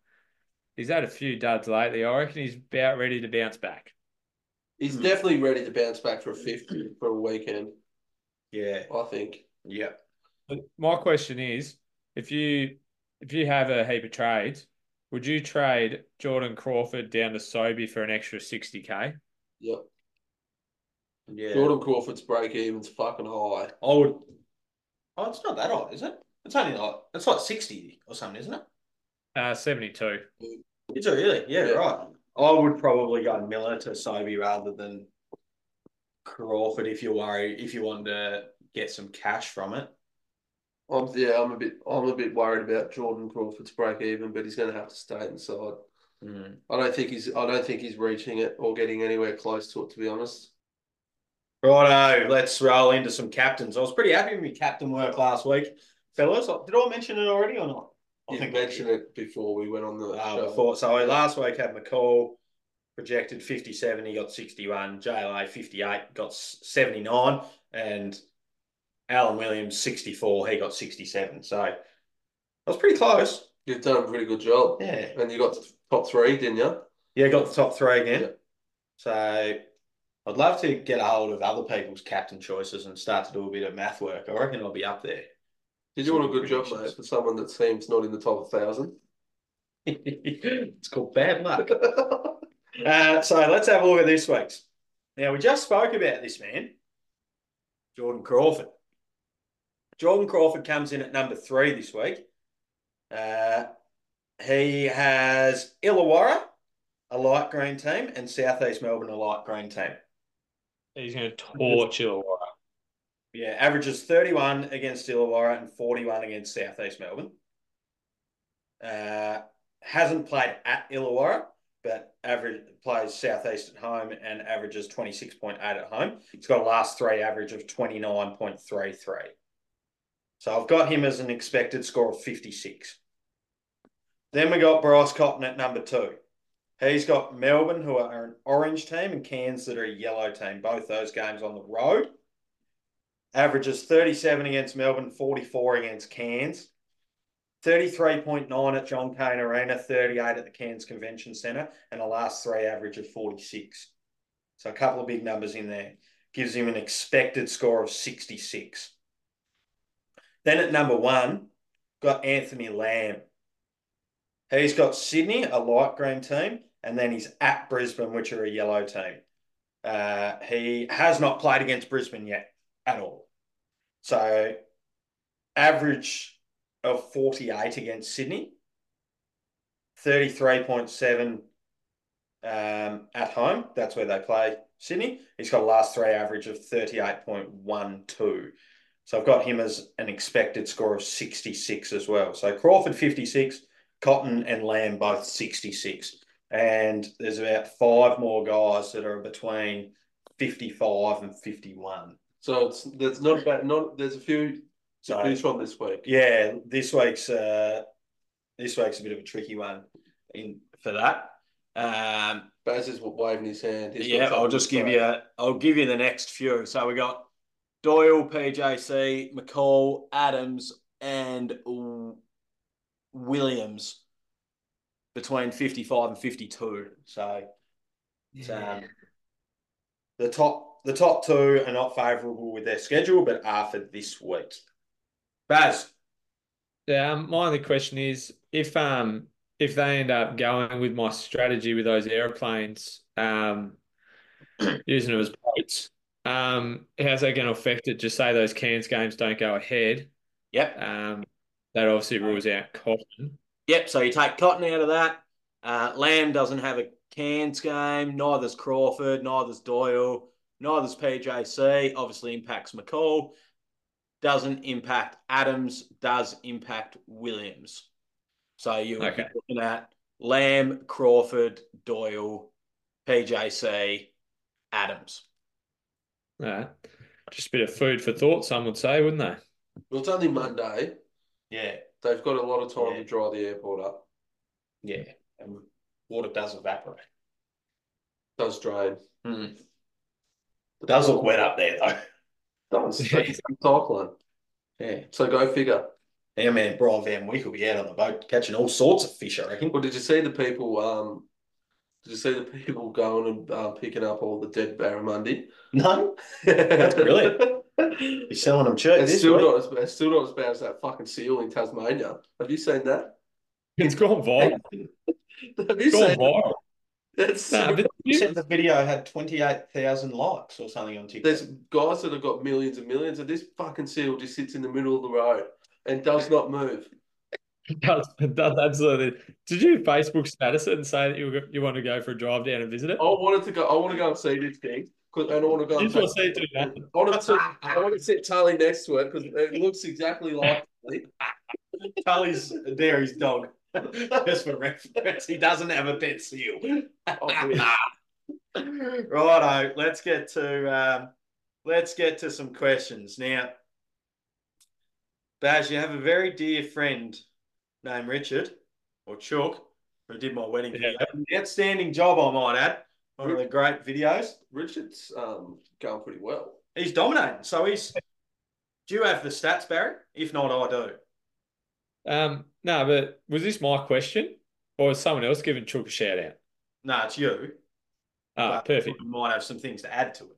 S3: He's had a few duds lately. I reckon he's about ready to bounce back.
S2: He's
S1: Hmm.
S2: definitely ready to bounce back for a fifty for a weekend.
S1: Yeah,
S2: I think.
S1: yeah.
S3: But my question is, if you if you have a heap of trades, would you trade Jordan Crawford down to Sobey for an extra 60K?
S2: Yep.
S1: Yeah.
S2: Jordan Crawford's break even's fucking high.
S1: I would. Oh, it's not that odd, is it? It's only like it's like sixty or something, isn't it?
S3: Uh, 72.
S1: Is it really? Yeah,
S2: Yeah.
S1: right. I would probably go Miller to Sobey rather than Crawford if you worry if you want to get some cash from it.
S2: I'm yeah, I'm a bit I'm a bit worried about Jordan Crawford's break even, but he's gonna have to stay inside. I don't think he's I don't think he's reaching it or getting anywhere close to it to be honest.
S1: Righto, let's roll into some captains. I was pretty happy with my captain work last week, fellas. Did I mention it already or not? I
S2: You
S1: think I
S2: mentioned it before we went on the
S1: uh,
S2: show.
S1: before. So I last week had McCall projected 57, he got 61. JLA 58, got s- 79. And Alan Williams 64, he got 67. So I was pretty close.
S2: You've done a pretty good job.
S1: Yeah.
S2: And you got top three, didn't you?
S1: Yeah, got the top three again.
S2: Yeah.
S1: So I'd love to get a hold of other people's captain choices and start to do a bit of math work. I reckon I'll be up there.
S2: Did you
S1: Some
S2: want a
S1: good
S2: good job,
S1: predictions.
S2: mate, for someone that seems not in the top thousand?
S1: it's called bad luck. Uh, so let's have a look at this week's. Now, we just spoke about this man, Jordan Crawford. Jordan Crawford comes in at number three this week. Uh, he has Illawarra, a light green team, and Southeast Melbourne, a light green team.
S3: He's going to torch Illawarra.
S1: Yeah, averages 31 against Illawarra and 41 against Southeast Melbourne. Uh, hasn't played at Illawarra, but average plays Southeast at home and averages 26.8 at home. He's got a last three average of 29.33. So I've got him as an expected score of 56. Then we got Bryce Cotton at number two. He's got Melbourne, who are an orange team, and Cairns, that are a yellow team. Both those games on the road averages 37 against Melbourne, 44 against Cairns, 33.9 at John Cain Arena, 38 at the Cairns Convention Centre, and a last three average of 46. So a couple of big numbers in there. Gives him an expected score of 66. Then at number one, got Anthony Lamb. He's got Sydney, a light green team, and then he's at Brisbane, which are a yellow team. Uh, he has not played against Brisbane yet at all. So average of 48 against Sydney, 33.7 um, at home. That's where they play Sydney. He's got a last three average of 38.12. So I've got him as an expected score of 66 as well. So Crawford 56, Cotton and Lamb both 66. And there's about five more guys that are between 55 and 51.
S2: So it's there's not about not there's a few
S1: So-
S2: to choose from this week.
S1: Yeah, this week's uh, this week's a bit of a tricky one in for that. Um,
S2: Baz is waving his hand. He's got
S1: yeah, I'll
S2: something
S1: just
S2: to
S1: give
S2: say.
S1: you. I'll give you the next few. So we got Doyle, PJC, McCall, Adams, and W- Williams between fifty-five and fifty-two. So it's, um, the top the top two are not favourable with their schedule, but are for this week. Baz,
S3: Yeah, um, my only question is if um if they end up going with my strategy with those airplanes, um, using them as boats, um, how's that going to affect it? Just say those Cairns games don't go ahead.
S1: yep.
S3: Um, that obviously rules out Cotton.
S1: Yep. So you take Cotton out of that. Uh, Lamb doesn't have a Cairns game. Neither's Crawford. Neither's Doyle. Neither's PJC. Obviously impacts McCall. Doesn't impact Adams. Does impact Williams. So you would
S3: Okay.
S1: be looking at Lamb, Crawford, Doyle, PJC, Adams.
S3: All right. Just a bit of food for thought, some would say, wouldn't they?
S2: Well, it's only Monday.
S1: Yeah.
S2: They've got a lot of time
S1: Yeah.
S2: to dry the airport up.
S1: Yeah. And water does evaporate.
S2: Does drain.
S1: Hmm. Does look wet up there though.
S2: Does.
S3: Yeah.
S2: That's some cyclone.
S1: Yeah.
S2: So go figure.
S1: Yeah, man, Brian Van Wick will be out on the boat catching all sorts of fish, I reckon.
S2: Well, did you see the people? Um, did you see the people going and uh, picking up all the dead barramundi?
S1: No,
S2: That's
S1: brilliant. he's selling them cheap.
S2: It's
S1: this
S2: still
S1: week.
S2: not as it's still not as bad as that fucking seal in Tasmania. Have you seen that?
S3: It's gone viral.
S2: Have you
S3: It's gone
S2: seen
S3: viral.
S2: that's
S3: Nah, but
S1: You said the video had 28,000 likes or something on TikTok.
S2: there's guys that have got millions and millions, and this fucking seal just sits in the middle of the road and does not move.
S3: it does, it does absolutely. Did you Facebook status it and say that you were, you want to go for a drive down and visit it?
S2: I wanted to go. I want to go and see this thing. 'cause- And I want to go.
S3: You
S2: And
S3: just want to
S2: take,
S3: see it do that.
S2: I want to. sit- I want to sit Tully next to it because it looks exactly like.
S1: Tully's there, his dog. Just for reference, he doesn't have a pet seal.
S2: Oh,
S1: Righto, let's get to um, let's get to some questions now. Baz, you have a very dear friend named Richard or Chuck, who did my wedding
S3: Yeah.
S1: video. Outstanding job, I might add. One of the great videos.
S2: Richard's um, going pretty well.
S1: He's dominating. So he's. Do you have the stats, Barry? If not, I do.
S3: Um, no, but was this my question or was someone else giving Chook a shout out?
S1: No, it's you.
S3: Ah,
S1: But
S3: perfect.
S1: You might have some things to add to it.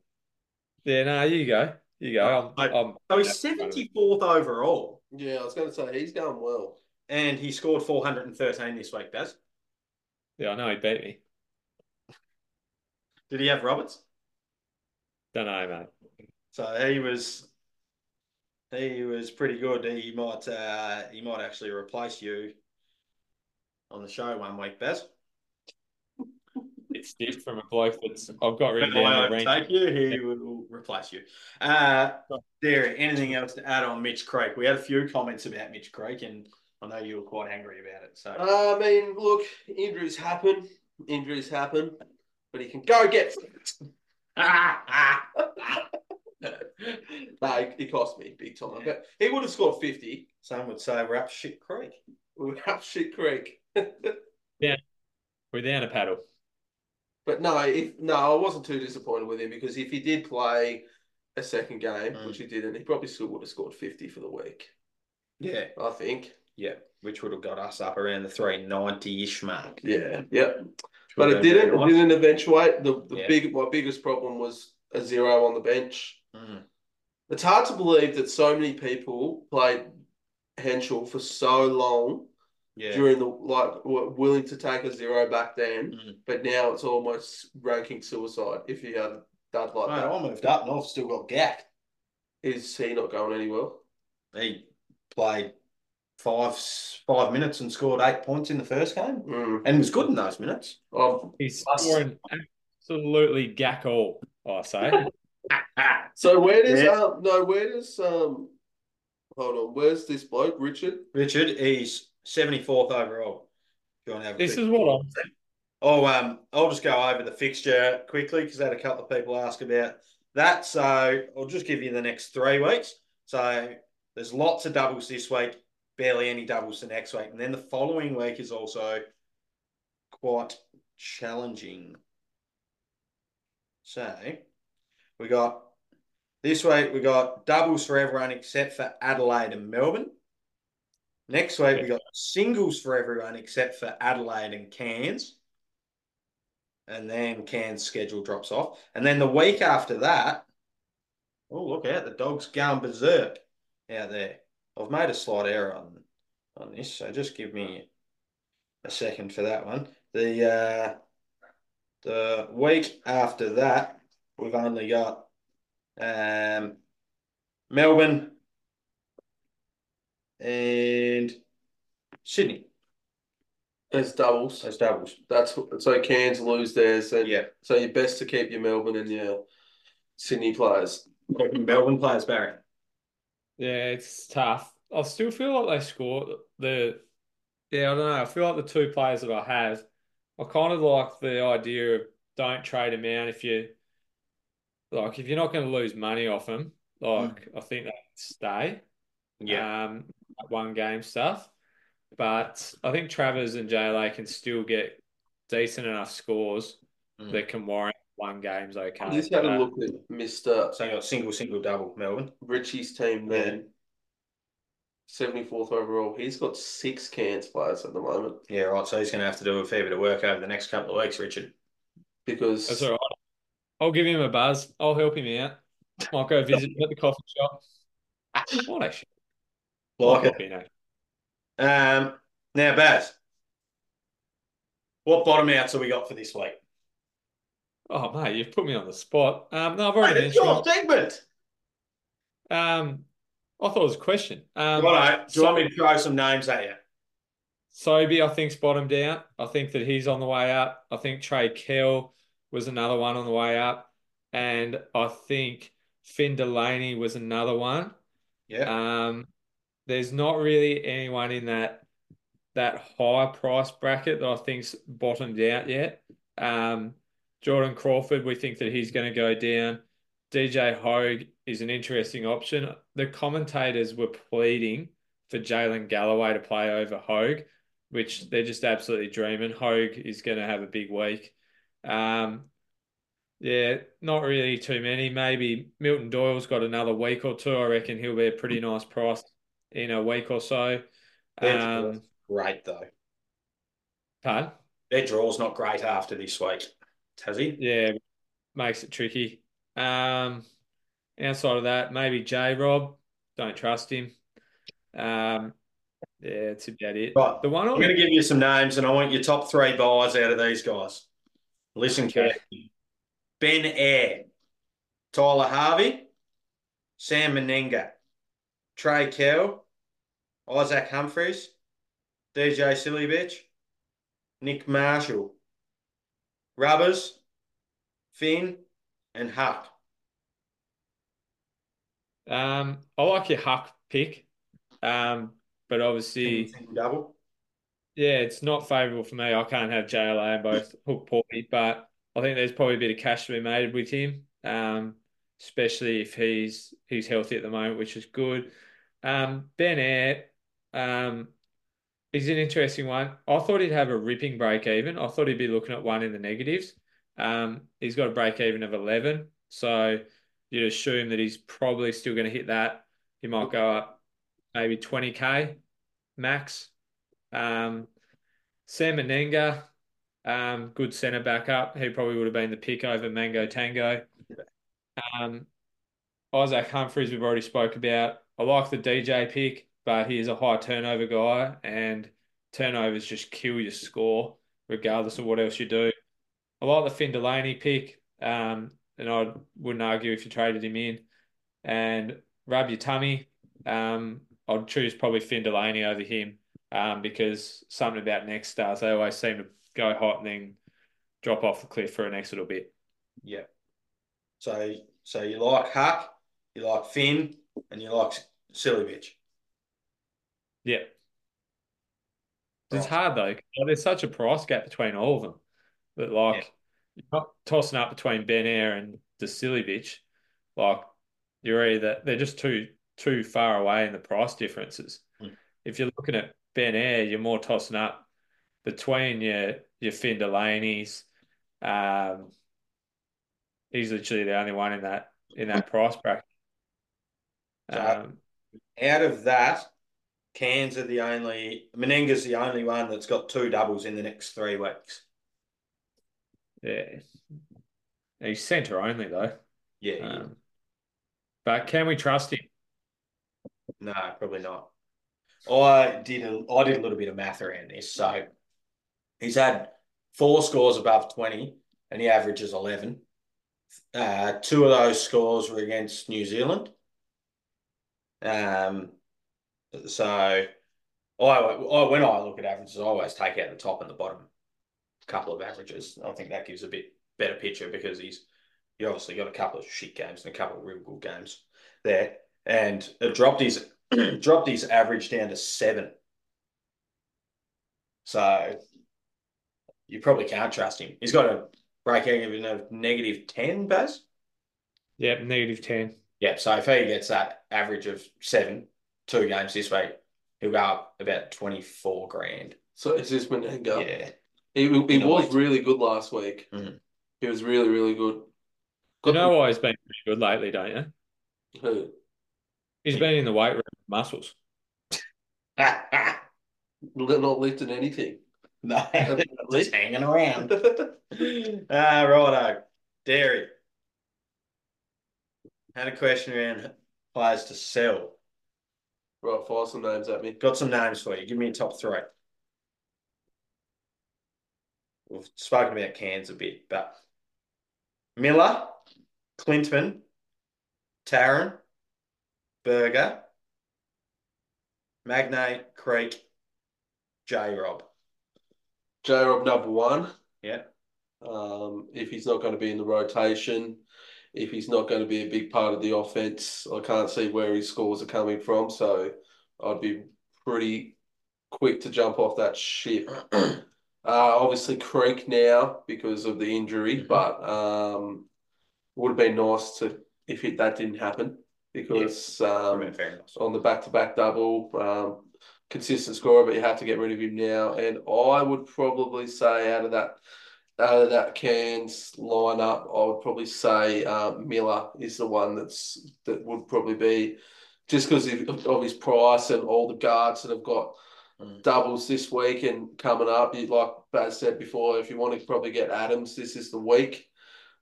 S3: Yeah, no, you go. You go. I'm,
S1: Mate,
S3: I'm,
S1: So he's seventy fourth overall,
S2: Yeah, I was going to say he's going well.
S1: and he scored four hundred and thirteen this week. Does
S3: Yeah, I know he beat me.
S1: did he have Roberts?
S3: Don't know, mate.
S1: So he was, he was pretty good. He might, uh, he might actually replace you on the show one week, Baz.
S3: It's different from a bloke that's I've got
S1: When
S3: written
S1: I
S3: down the rank.
S1: overtake you, he will replace you. Uh, Derek, anything else to add on Mitch Creek? We had a few comments about Mitch Creek, and I know you were quite angry about it. So
S2: Uh, I mean, look, injuries happen. Injuries happen, but he can go get. nah, he, he cost me big time. But he would have scored fifty.
S1: some would say we're up shit creek.
S2: We were up shit creek.
S3: We're down a paddle.
S2: But no, if no, I wasn't too disappointed with him because if he did play a second game,
S1: Mm.
S2: which he didn't, he probably still would have scored fifty for the week.
S1: Yeah,
S2: I think.
S1: yeah, which would have got us up around the three ninety ish mark.
S2: Yeah. Yep.
S1: Which would
S2: But it
S1: have been
S2: didn't.
S1: very
S2: It didn't eventuate. The, the
S1: Yeah.
S2: big my biggest problem was a zero on the bench.
S1: nice. Mm.
S2: It's hard to believe that so many people played Henschel for so long
S1: Yeah.
S2: during the like were willing to take a zero back then,
S1: Mm.
S2: but now it's almost ranking suicide if you have dad like
S1: Mate,
S2: that.
S1: I moved up and I've still got Gack.
S2: Is he not going anywhere?
S1: He played five five minutes and scored eight points in the first game,
S2: Mm.
S1: and was good in those minutes.
S2: Um,
S3: He's
S2: Us.
S3: scoring absolutely gack all, I say.
S2: so where does
S1: Yeah.
S2: um no where does um hold on where's this bloke Richard?
S1: Richard, he's seventy fourth overall. Do you want to have a
S3: this
S1: quick-
S3: is what I'm
S1: Oh, um, I'll just go over the fixture quickly because I had a couple of people ask about that. So I'll just give you the next three weeks. So there's lots of doubles this week, barely any doubles the next week. And then the following week is also quite challenging. So we got this week, we got doubles for everyone except for Adelaide and Melbourne. Next week, we got singles for everyone except for Adelaide and Cairns and then Cairns' schedule drops off. And then the week after that, oh look out, the dog's gone berserk out there. I've made a slight error on on this, so just give me a second for that one. The uh, the week after that, we've only got um, Melbourne and Sydney
S2: There's doubles.
S1: as doubles.
S2: That's so Cairns lose theirs, and
S1: Yeah,
S2: so you're best to keep your Melbourne and your Sydney players.
S1: Melbourne players Barry.
S3: Yeah, it's tough. I still feel like they score the yeah, I don't know. I feel like the two players that I have, I kind of like the idea of don't trade them out if you like if you're not going to lose money off them.
S2: Hmm.
S3: Like I think they stay. Um, that one game stuff, but I think Travers and JLA can still get decent enough scores
S1: Mm.
S3: that can warrant one game's okay.
S2: I Hmm. just had a
S3: But- uh,
S2: look at Mister
S1: So you got single, single, double, Melbourne.
S2: Richie's team
S1: Yeah.
S2: then. 74th overall. He's got six Cairns players at the moment
S1: Yeah, right. So he's going to have to do a fair bit of work over the next couple of weeks, Richard.
S2: because
S3: That's all right. I'll give him a buzz. I'll help him out. Might go visit him at the coffee shop. What a shit.
S1: Like it.
S3: You know.
S1: Um, now, Baz, what bottom outs have we got for this week?
S3: Oh mate, you've put me on the spot. Um, no, I've already mentioned.
S1: segment.
S3: it. Um, I thought it was a question. Um,
S1: Righto. Do you want me to throw some names at you?
S3: Sobey, I think's bottomed out. I think that he's on the way up. I think Trey Kell was another one on the way up, and I think Finn Delaney was another one.
S1: Yeah.
S3: Um, there's not really anyone in that that high price bracket that I think's bottomed out yet. Um, Jordan Crawford, we think that he's going to go down. DJ Hogue is an interesting option. The commentators were pleading for Jalen Galloway to play over Hogue, which they're just absolutely dreaming. Hogue is going to have a big week. Um, yeah, not really too many. Maybe Milton Doyle's got another week or two. I reckon he'll be a pretty nice price in a week or so.
S1: Their
S3: Um,
S1: draw's great though.
S3: Pardon?
S1: Their draw's not great after this week. Tassie.
S3: Yeah, makes it tricky. Um, outside of that, maybe J Rob. Don't trust him. Um, yeah, that's about it.
S1: Right.
S3: The one
S1: I'm
S3: on
S1: going to give you some names, and I want your top three buys out of these guys. Listen
S3: Okay.
S1: carefully. Ben Air, Tyler Harvey, Sam Menenga, Trey Kell, Isaac Humphries, DJ Silly Bitch, Nick Marshall, Rubbers, Finn, and Huck.
S3: um, I like your Huck pick. Um, but obviously,
S1: Single double.
S3: yeah, it's not favourable for me. I can't have JLA and both hook Porty, but I think there's probably a bit of cash to be made with him. Um, especially if he's he's healthy at the moment, which is good. Um, Ben Air, um, He's an interesting one. I thought he'd have a ripping break even. I thought he'd be looking at one in the negatives. Um, he's got a break even of 11. So you'd assume that he's probably still going to hit that. He might go up maybe 20K max. Um, Sam Menenga, um, good centre back up. He probably would have been the pick over Mango Tango. Um, Isaac Humphries, we've already spoke about. I like the DJ pick, but he is a high turnover guy, and turnovers just kill your score, regardless of what else you do. I like the Finn Delaney pick, um, and I wouldn't argue if you traded him in. And rub your tummy. Um, I'd choose probably Finn Delaney over him um, because something about next stars, they always seem to go hot and then drop off the cliff for an next little bit.
S1: Yeah. So so you like Huck, you like Finn, and you like Silly Bitch.
S3: Yeah. It's
S1: Right.
S3: hard though. 'cause There's such a price gap between all of them that like you're not tossing up between Ben Air and the silly bitch. Like you're either they're just too too far away in the price differences.
S1: Mm.
S3: If you're looking at Ben Air, you're more tossing up between your your Finn Delaney's. Um, he's literally the only one in that in that price bracket.
S1: Mm. So- uh,
S3: Um,
S1: out of that, Cairns are the only Menenga's the only one that's got two doubles in the next three weeks.
S3: yeah, he's centre only though.
S1: Yeah, yeah.
S3: Um, but can we trust him?
S1: no, probably not. I did a, I did a little bit of math around this. So he's had four scores above twenty, and he averages eleven. Uh, two of those scores were against New Zealand. Um, so I, I when I look at averages, I always take out the top and the bottom couple of averages. I think that gives a bit better picture because he's he obviously got a couple of shit games and a couple of real good games there, and it dropped his dropped his average down to seven. So you probably can't trust him. He's got a break even of negative ten, Baz.
S3: Yep, negative 10.
S1: Yep. So if he gets that average of seven, two games this week, he'll go up about twenty four grand.
S2: So it's just Menenga.
S1: Yeah.
S2: He, he
S1: In a
S2: was really good last week.
S1: Mhm.
S2: He was really, really good.
S3: Mm. You know why he's been pretty good lately, don't you?
S2: Who?
S3: He's been in the weight room with muscles.
S2: Li- Not lifting anything.
S1: no, just hanging around. Ah, righto. Dairy. Had a question around players to sell.
S2: Right, fire some names at me.
S1: Got some names for you. Give me your top three. We've spoken about Cairns a bit, but Miller, Clintman, Tarrant, Berger, Magnate, Creek, J Rob.
S2: J Rob number one.
S1: Yeah.
S2: Um, if he's not going to be in the rotation, if he's not going to be a big part of the offense, I can't see where his scores are coming from. So I'd be pretty quick to jump off that ship. uh, obviously Creek now because of the injury,
S1: Mhm.
S2: but um, would have been nice to if it, that didn't happen because um,
S1: fair enough.
S2: on the back to back double. Um, consistent scorer, but you have to get rid of him now. And I would probably say out of that out of that Cairns lineup, I would probably say um, Miller is the one that's that would probably be just because of, of his price and all the guards that have got doubles this week and coming up. You, like Baz said before, if you want to probably get Adams, this is the week.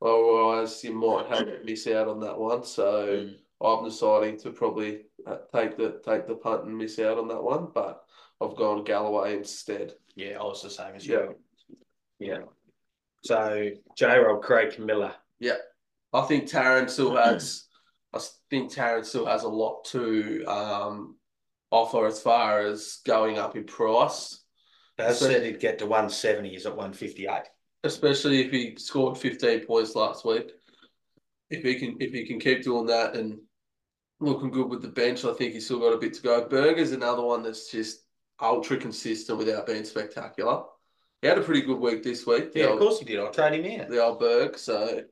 S2: Otherwise, you might have to miss out on that one. So I'm deciding to probably uh, take the take the punt and miss out on that one. But I've gone Galloway instead.
S1: Yeah, I was the same as
S2: Yeah.
S1: you. Yeah. So J Rob, Craig Miller.
S2: I think Taryn still has. I think Taryn still has a lot to um, offer as far as going up in price,
S1: Baz
S2: So-
S1: said he'd get to 170. He's at 158.
S2: especially if he scored fifteen points last week. If he can, if he can keep doing that and looking good with the bench, I think he's still got a bit to go. Berger's another one that's just ultra consistent without being spectacular. He had a pretty good week this week.
S1: Yeah,
S2: The
S1: of course he did. I trade him out.
S2: the old Berg. So,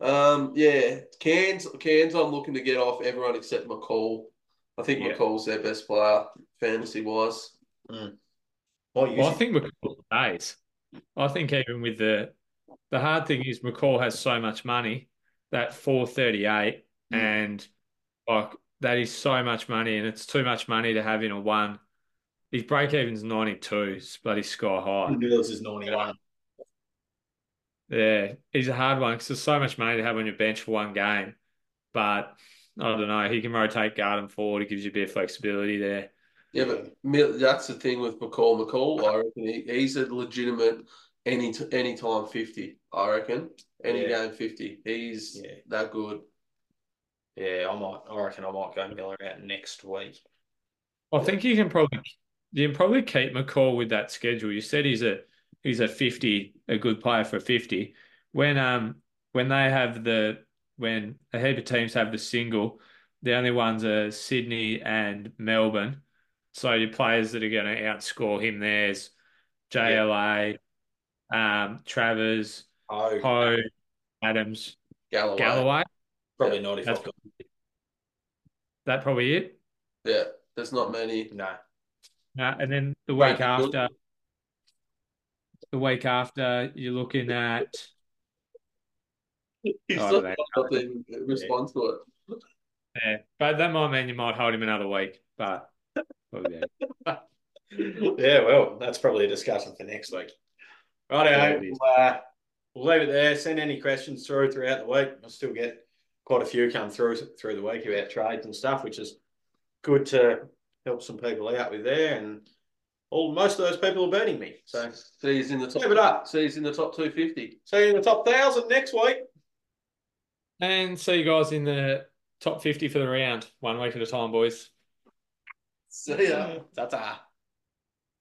S2: um, yeah, Cairns, Cairns, I'm looking to get off everyone except McCall. I think
S1: Yeah.
S2: McCall's their best player, fantasy wise.
S1: Well, you
S3: Well, I
S1: should-
S3: think McCall stays. I think even with the the hard thing is McCall has so much money that four thirty eight
S1: Mm.
S3: and like that is so much money and it's too much money to have in a one. His break even's ninety two, bloody sky high.
S1: Mills is 91.
S3: Yeah, he's a hard one because there's so much money to have on your bench for one game. But I don't know, he can rotate guard and forward. It gives you a bit of flexibility there.
S2: Yeah, but Mil- that's the thing with McCall. McCall, I reckon he, he's a legitimate any t- any time fifty. I reckon any
S1: Yeah.
S2: game fifty. He's
S1: Yeah.
S2: that good.
S1: Yeah, I might. I reckon I might go Miller out next week.
S3: I think you can probably you can probably keep McCall with that schedule. You said he's a he's a fifty, a good player for fifty. When um when they have the when a heap of teams have the single, the only ones are Sydney and Melbourne. So your players that are going to outscore him there's JLA, um, Travers,
S1: Oh,
S3: Ho, Adams,
S2: Galloway.
S3: Galloway.
S1: probably not if
S3: That's-
S1: I've got
S3: That probably it.
S2: Yeah, there's not many.
S1: no.
S3: Uh, and then the
S2: Right,
S3: week
S2: Bill.
S3: after, the week after, you're looking at oh,
S2: He's
S3: I
S2: not,
S3: don't know.
S2: not even respond to it.
S3: yeah, but that might mean you might hold him another week. But probably, yeah.
S1: Yeah, well, that's probably a discussion for next week. Right,
S3: Yeah, it is.
S1: we'll, uh, we'll leave it there. Send any questions through throughout the week. We'll still get quite a few come through through the week about trades and stuff, which is good to help some people out with there. And all most of those people are burning me. So
S2: So he's in the top.
S1: Give it up.
S2: So he's in the top two fifty.
S1: see you in the top thousand next week.
S3: and see you guys in the top fifty for the round, one week at a time, boys.
S2: See ya.
S1: Ta-ta.